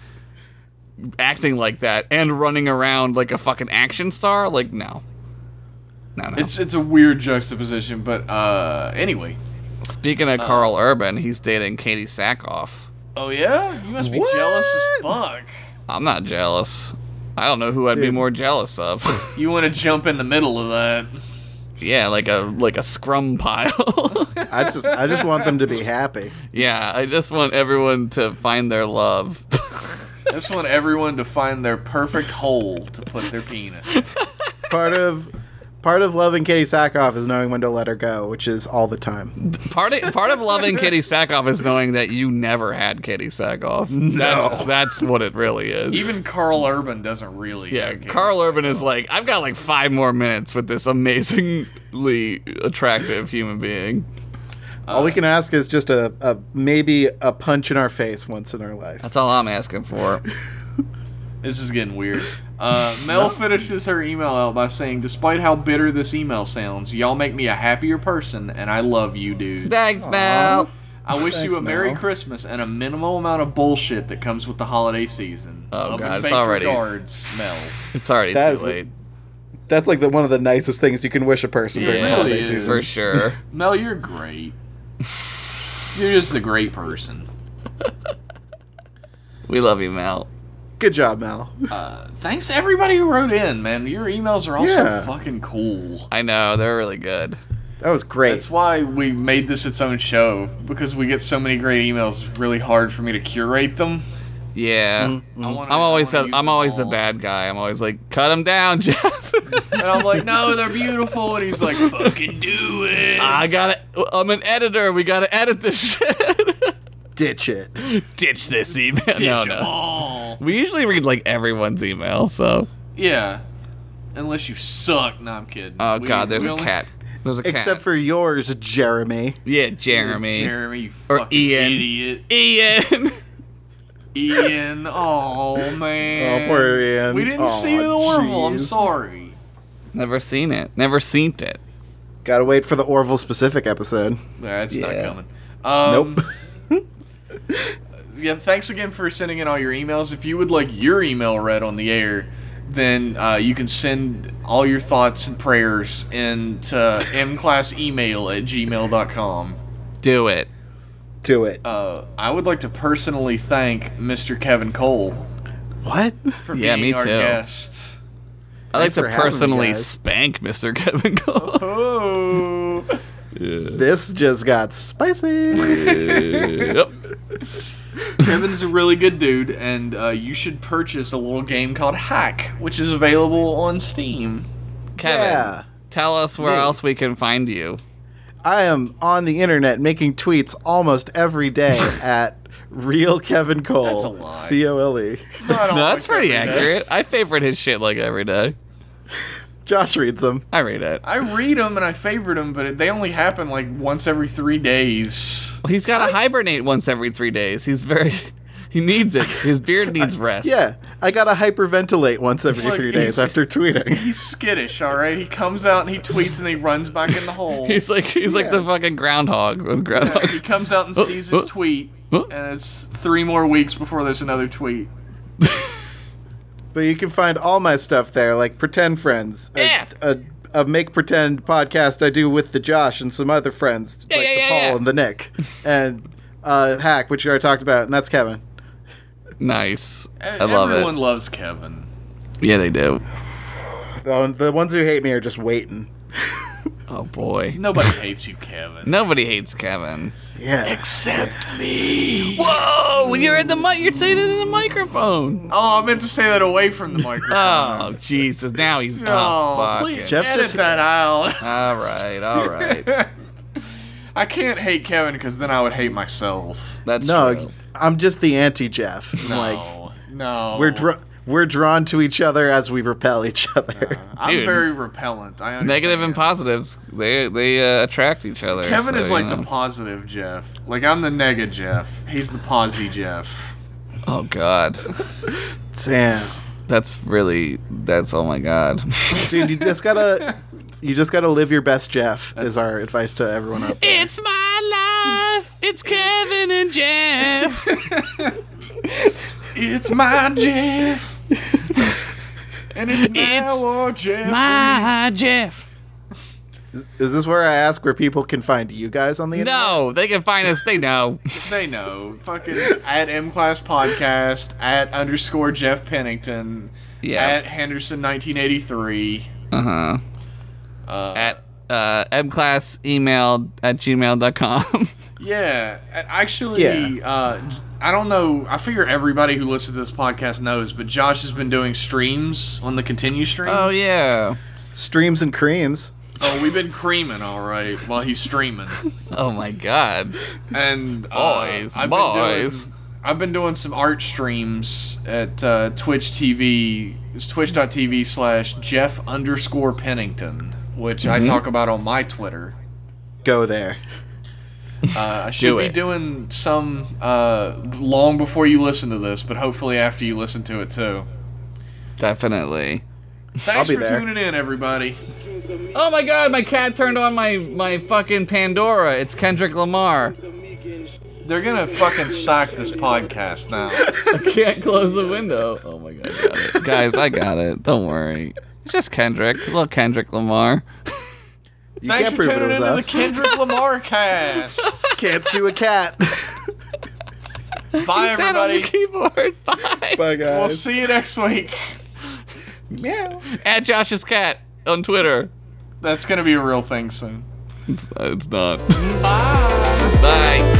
B: acting like that and running around like a fucking action star. Like no, no, no.
A: It's it's a weird juxtaposition, but uh, anyway.
B: Speaking of Carl Urban, he's dating Katie Sackhoff.
A: Oh yeah, you must be jealous as fuck.
B: I'm not jealous. I don't know who I'd be
C: Dude.
B: more jealous of.
A: You want to jump in the middle of that?
B: Yeah, like a like a scrum pile.
C: I just I just want them to be happy.
B: yeah, I just want everyone to find their love.
A: I just want everyone to find their perfect hole to put their penis.
C: Part of part of loving Katie Sackhoff is knowing when to let her go, which is all the time.
B: part of, part of loving Kitty Sackhoff is knowing that you never had Kitty Sackhoff. No, that's, that's what it really is.
A: Even Carl Urban doesn't really.
B: yeah,
A: get
B: Carl Urban is like, I've got like five more minutes with this amazingly attractive human being.
C: all
A: Uh,
C: we can ask is just a, a maybe a punch in our face once in our life.
B: That's all I'm asking for.
A: it. This is getting weird. Uh, Mel finishes her email out by saying, "Despite how bitter this email sounds, y'all make me a happier person, and I love you, dude.
B: Thanks, Mel.
A: I wish you
C: Thanks,
A: a Merry
C: Mel.
A: Christmas and a minimal amount of bullshit that comes with the holiday season. Uh,
B: Oh,
A: Love
B: God,
A: and
B: it's
A: faith
B: already-
A: regards, Mel.
B: It's already
C: That is
B: too
C: the-
B: late.
C: That's like the, one of the nicest things you can wish a person during
A: Yeah,
C: the
A: it
C: holiday
A: is.
C: season.
B: for sure.
A: Mel, you're great. You're just a great person.
B: We love you, Mel.
C: Good job, Mal.
A: Thanks to everybody who wrote in, man. Your emails are also
C: Yeah.
A: fucking cool.
B: I know they're really good.
C: That was great.
A: That's why we made this its own show because we get so many great emails. It's really hard for me to curate them.
B: Yeah.
A: I wanna,
B: I'm always
A: Mm-hmm. I wanna
B: the,
A: use
B: I'm
A: them
B: always the
A: all.
B: bad guy. I'm always like, cut him down, Jeff.
A: And I'm like, no, they're beautiful, and he's like, fucking do it.
B: I gotta. I'm an editor. We gotta edit this shit.
C: Ditch it.
B: Ditch this email. no,
A: Ditch 'em
B: no.
A: all.
B: We usually read like everyone's email. So.
A: Yeah, unless you suck. No, I'm kidding.
B: Oh
A: We-
B: God, there's
A: we
B: a
A: only-
B: cat. There's a cat.
C: Except for yours, Jeremy.
B: yeah, Jeremy.
A: Jeremy, you
B: Or
A: fucking
B: Ian.
A: idiot.
B: Ian.
A: Ian, oh man.
C: Oh, poor Ian.
A: We didn't
C: Aw,
A: see the Orville. I'm
C: jeez.
A: sorry.
B: Never seen it. Never seen it.
C: Gotta wait for the Orville specific episode.
A: That's not
B: Yeah.
A: coming. Um,
C: Nope.
A: yeah, thanks again for sending in all your emails. If you would like your email read on the air, then uh, you can send all your thoughts and prayers in to mclassemail at gmail.com.
B: Do it.
C: Do it.
A: Uh, I would like to personally thank Mr. Kevin Cole
C: what?
A: for
B: Yeah,
A: being
B: me
A: our
B: too.
A: guest.
B: I like
C: Thanks
B: to
C: for having me,
B: personally
C: guys.
B: spank Mr. Kevin Cole.
A: Oh.
C: This just got spicy.
B: yep.
A: Kevin's a really good dude, and uh, you should purchase a little game called Hack, which is available on Steam.
B: Kevin,
C: Yeah.
B: tell us where else we can find you.
C: I am on the internet making tweets almost every day at real Kevin Cole.
A: That's a lie.
C: C O L E.
A: No,
B: No, that's pretty accurate. I favorite his shit like every day.
C: Josh reads them.
B: I read it.
A: I read them and I favorite them, but they only happen like once every three days.
B: He's got to hibernate once every three days. He's very. He needs it. His beard needs rest.
C: Yeah, I gotta hyperventilate once every
A: Look,
C: three
A: he's-
C: days after tweeting.
A: He's skittish, all right. He comes out and he tweets and he runs back in the hole.
B: He's like he's like the fucking groundhog when groundhog.
A: he comes out and
B: Uh,
A: sees his tweet,
B: oh.
A: and it's three more weeks before there's another tweet.
C: But you can find all my stuff there, like Pretend Friends. a-
B: Yeah.
C: A, a make pretend podcast I do with the Josh and some other friends, like
B: yeah,
C: the
B: yeah,
C: Paul
B: yeah.
C: and the Nick, and uh, Hack, which you already talked about, and that's Kevin.
B: Nice. I love
A: E, Everyone
B: it.
A: loves Kevin.
B: Yeah, they do.
C: The, the ones who hate me are just waiting.
B: Oh boy.
A: Nobody hates you, Kevin.
B: Nobody hates Kevin.
C: Yeah.
A: Except me.
B: Whoa! You're in the mic. You're saying it in the microphone.
A: Oh, I meant to say that away from the microphone.
B: Oh Jesus! Now he's.
A: Oh,
B: Oh, fuck
A: please
B: it.
C: Jeff
A: edit
C: just-
A: that out.
B: All right. All right.
A: I can't hate Kevin because then I would hate myself.
B: That's
C: No,
B: True.
C: I'm just the anti Jeff. I'm Like
A: No, no,
C: we're dr- we're drawn to each other as we repel each other.
A: I'm
B: Dude.
A: very repellent. I understand.
B: Negative and
A: that.
B: positives, they they uh, attract each other.
A: Kevin
B: so,
A: is
B: you
A: like the
B: know.
A: positive Jeff. Like I'm the nega Jeff. He's the posy Jeff.
B: oh god,
C: Damn.
B: that's really that's oh my god.
C: Dude, you just gotta you just gotta live your best Jeff is our advice to everyone out there.
B: It's my life. It's Kevin and Jeff.
A: It's my Jeff. and it's now
B: It's
A: or Jeff.
B: my Jeff.
C: Is this where I ask where people can find you guys on the internet?
B: No, they can find us. They know.
A: they know. Fucking at M Class Podcast at underscore Jeff Pennington.
B: Yeah.
A: At Henderson 1983.
B: At uh, mclass email at gmail.com.
A: Yeah, a- actually,
C: Yeah.
A: uh, j- I don't know. I figure everybody who listens to this podcast knows, but Josh has been doing streams on the continue streams.
B: oh, yeah.
C: Streams and creams.
A: Oh, we've been creaming all right while he's streaming,
B: Oh, my God.
A: and uh,
B: Boys,
A: I've
B: boys.
A: Been doing, I've been doing some art streams at uh, Twitch TV. It's twitch.tv slash Jeff underscore Pennington, which
C: Mm-hmm.
A: I talk about on my Twitter.
C: Go there.
A: Uh, I should be
B: it.
A: doing some uh, long before you listen to this, but hopefully after you listen to it too.
B: Definitely.
A: Thanks
C: I'll be
A: for
C: there.
A: tuning in, everybody.
B: Oh, my God. My cat turned on my, my fucking Pandora. It's Kendrick Lamar.
A: They're gonna fucking sack this podcast now.
B: I can't close the window. Oh, my God. I got it. Guys, I got it. Don't worry. It's just Kendrick. Little Kendrick Lamar.
C: You
A: Thanks
C: can't
A: for
C: prove it
A: tuning
C: was
A: into the
C: us.
A: Kendrick Lamar cast.
C: can't sue a cat.
A: Bye,
B: Sat on the
A: everybody.
B: keyboard. Bye.
C: Bye
A: We'll
C: guys.
A: see you next week.
C: Meow.
B: At Josh's cat on Twitter.
A: That's gonna be a real thing soon.
B: It's, uh, it's not.
A: Bye.
B: Bye.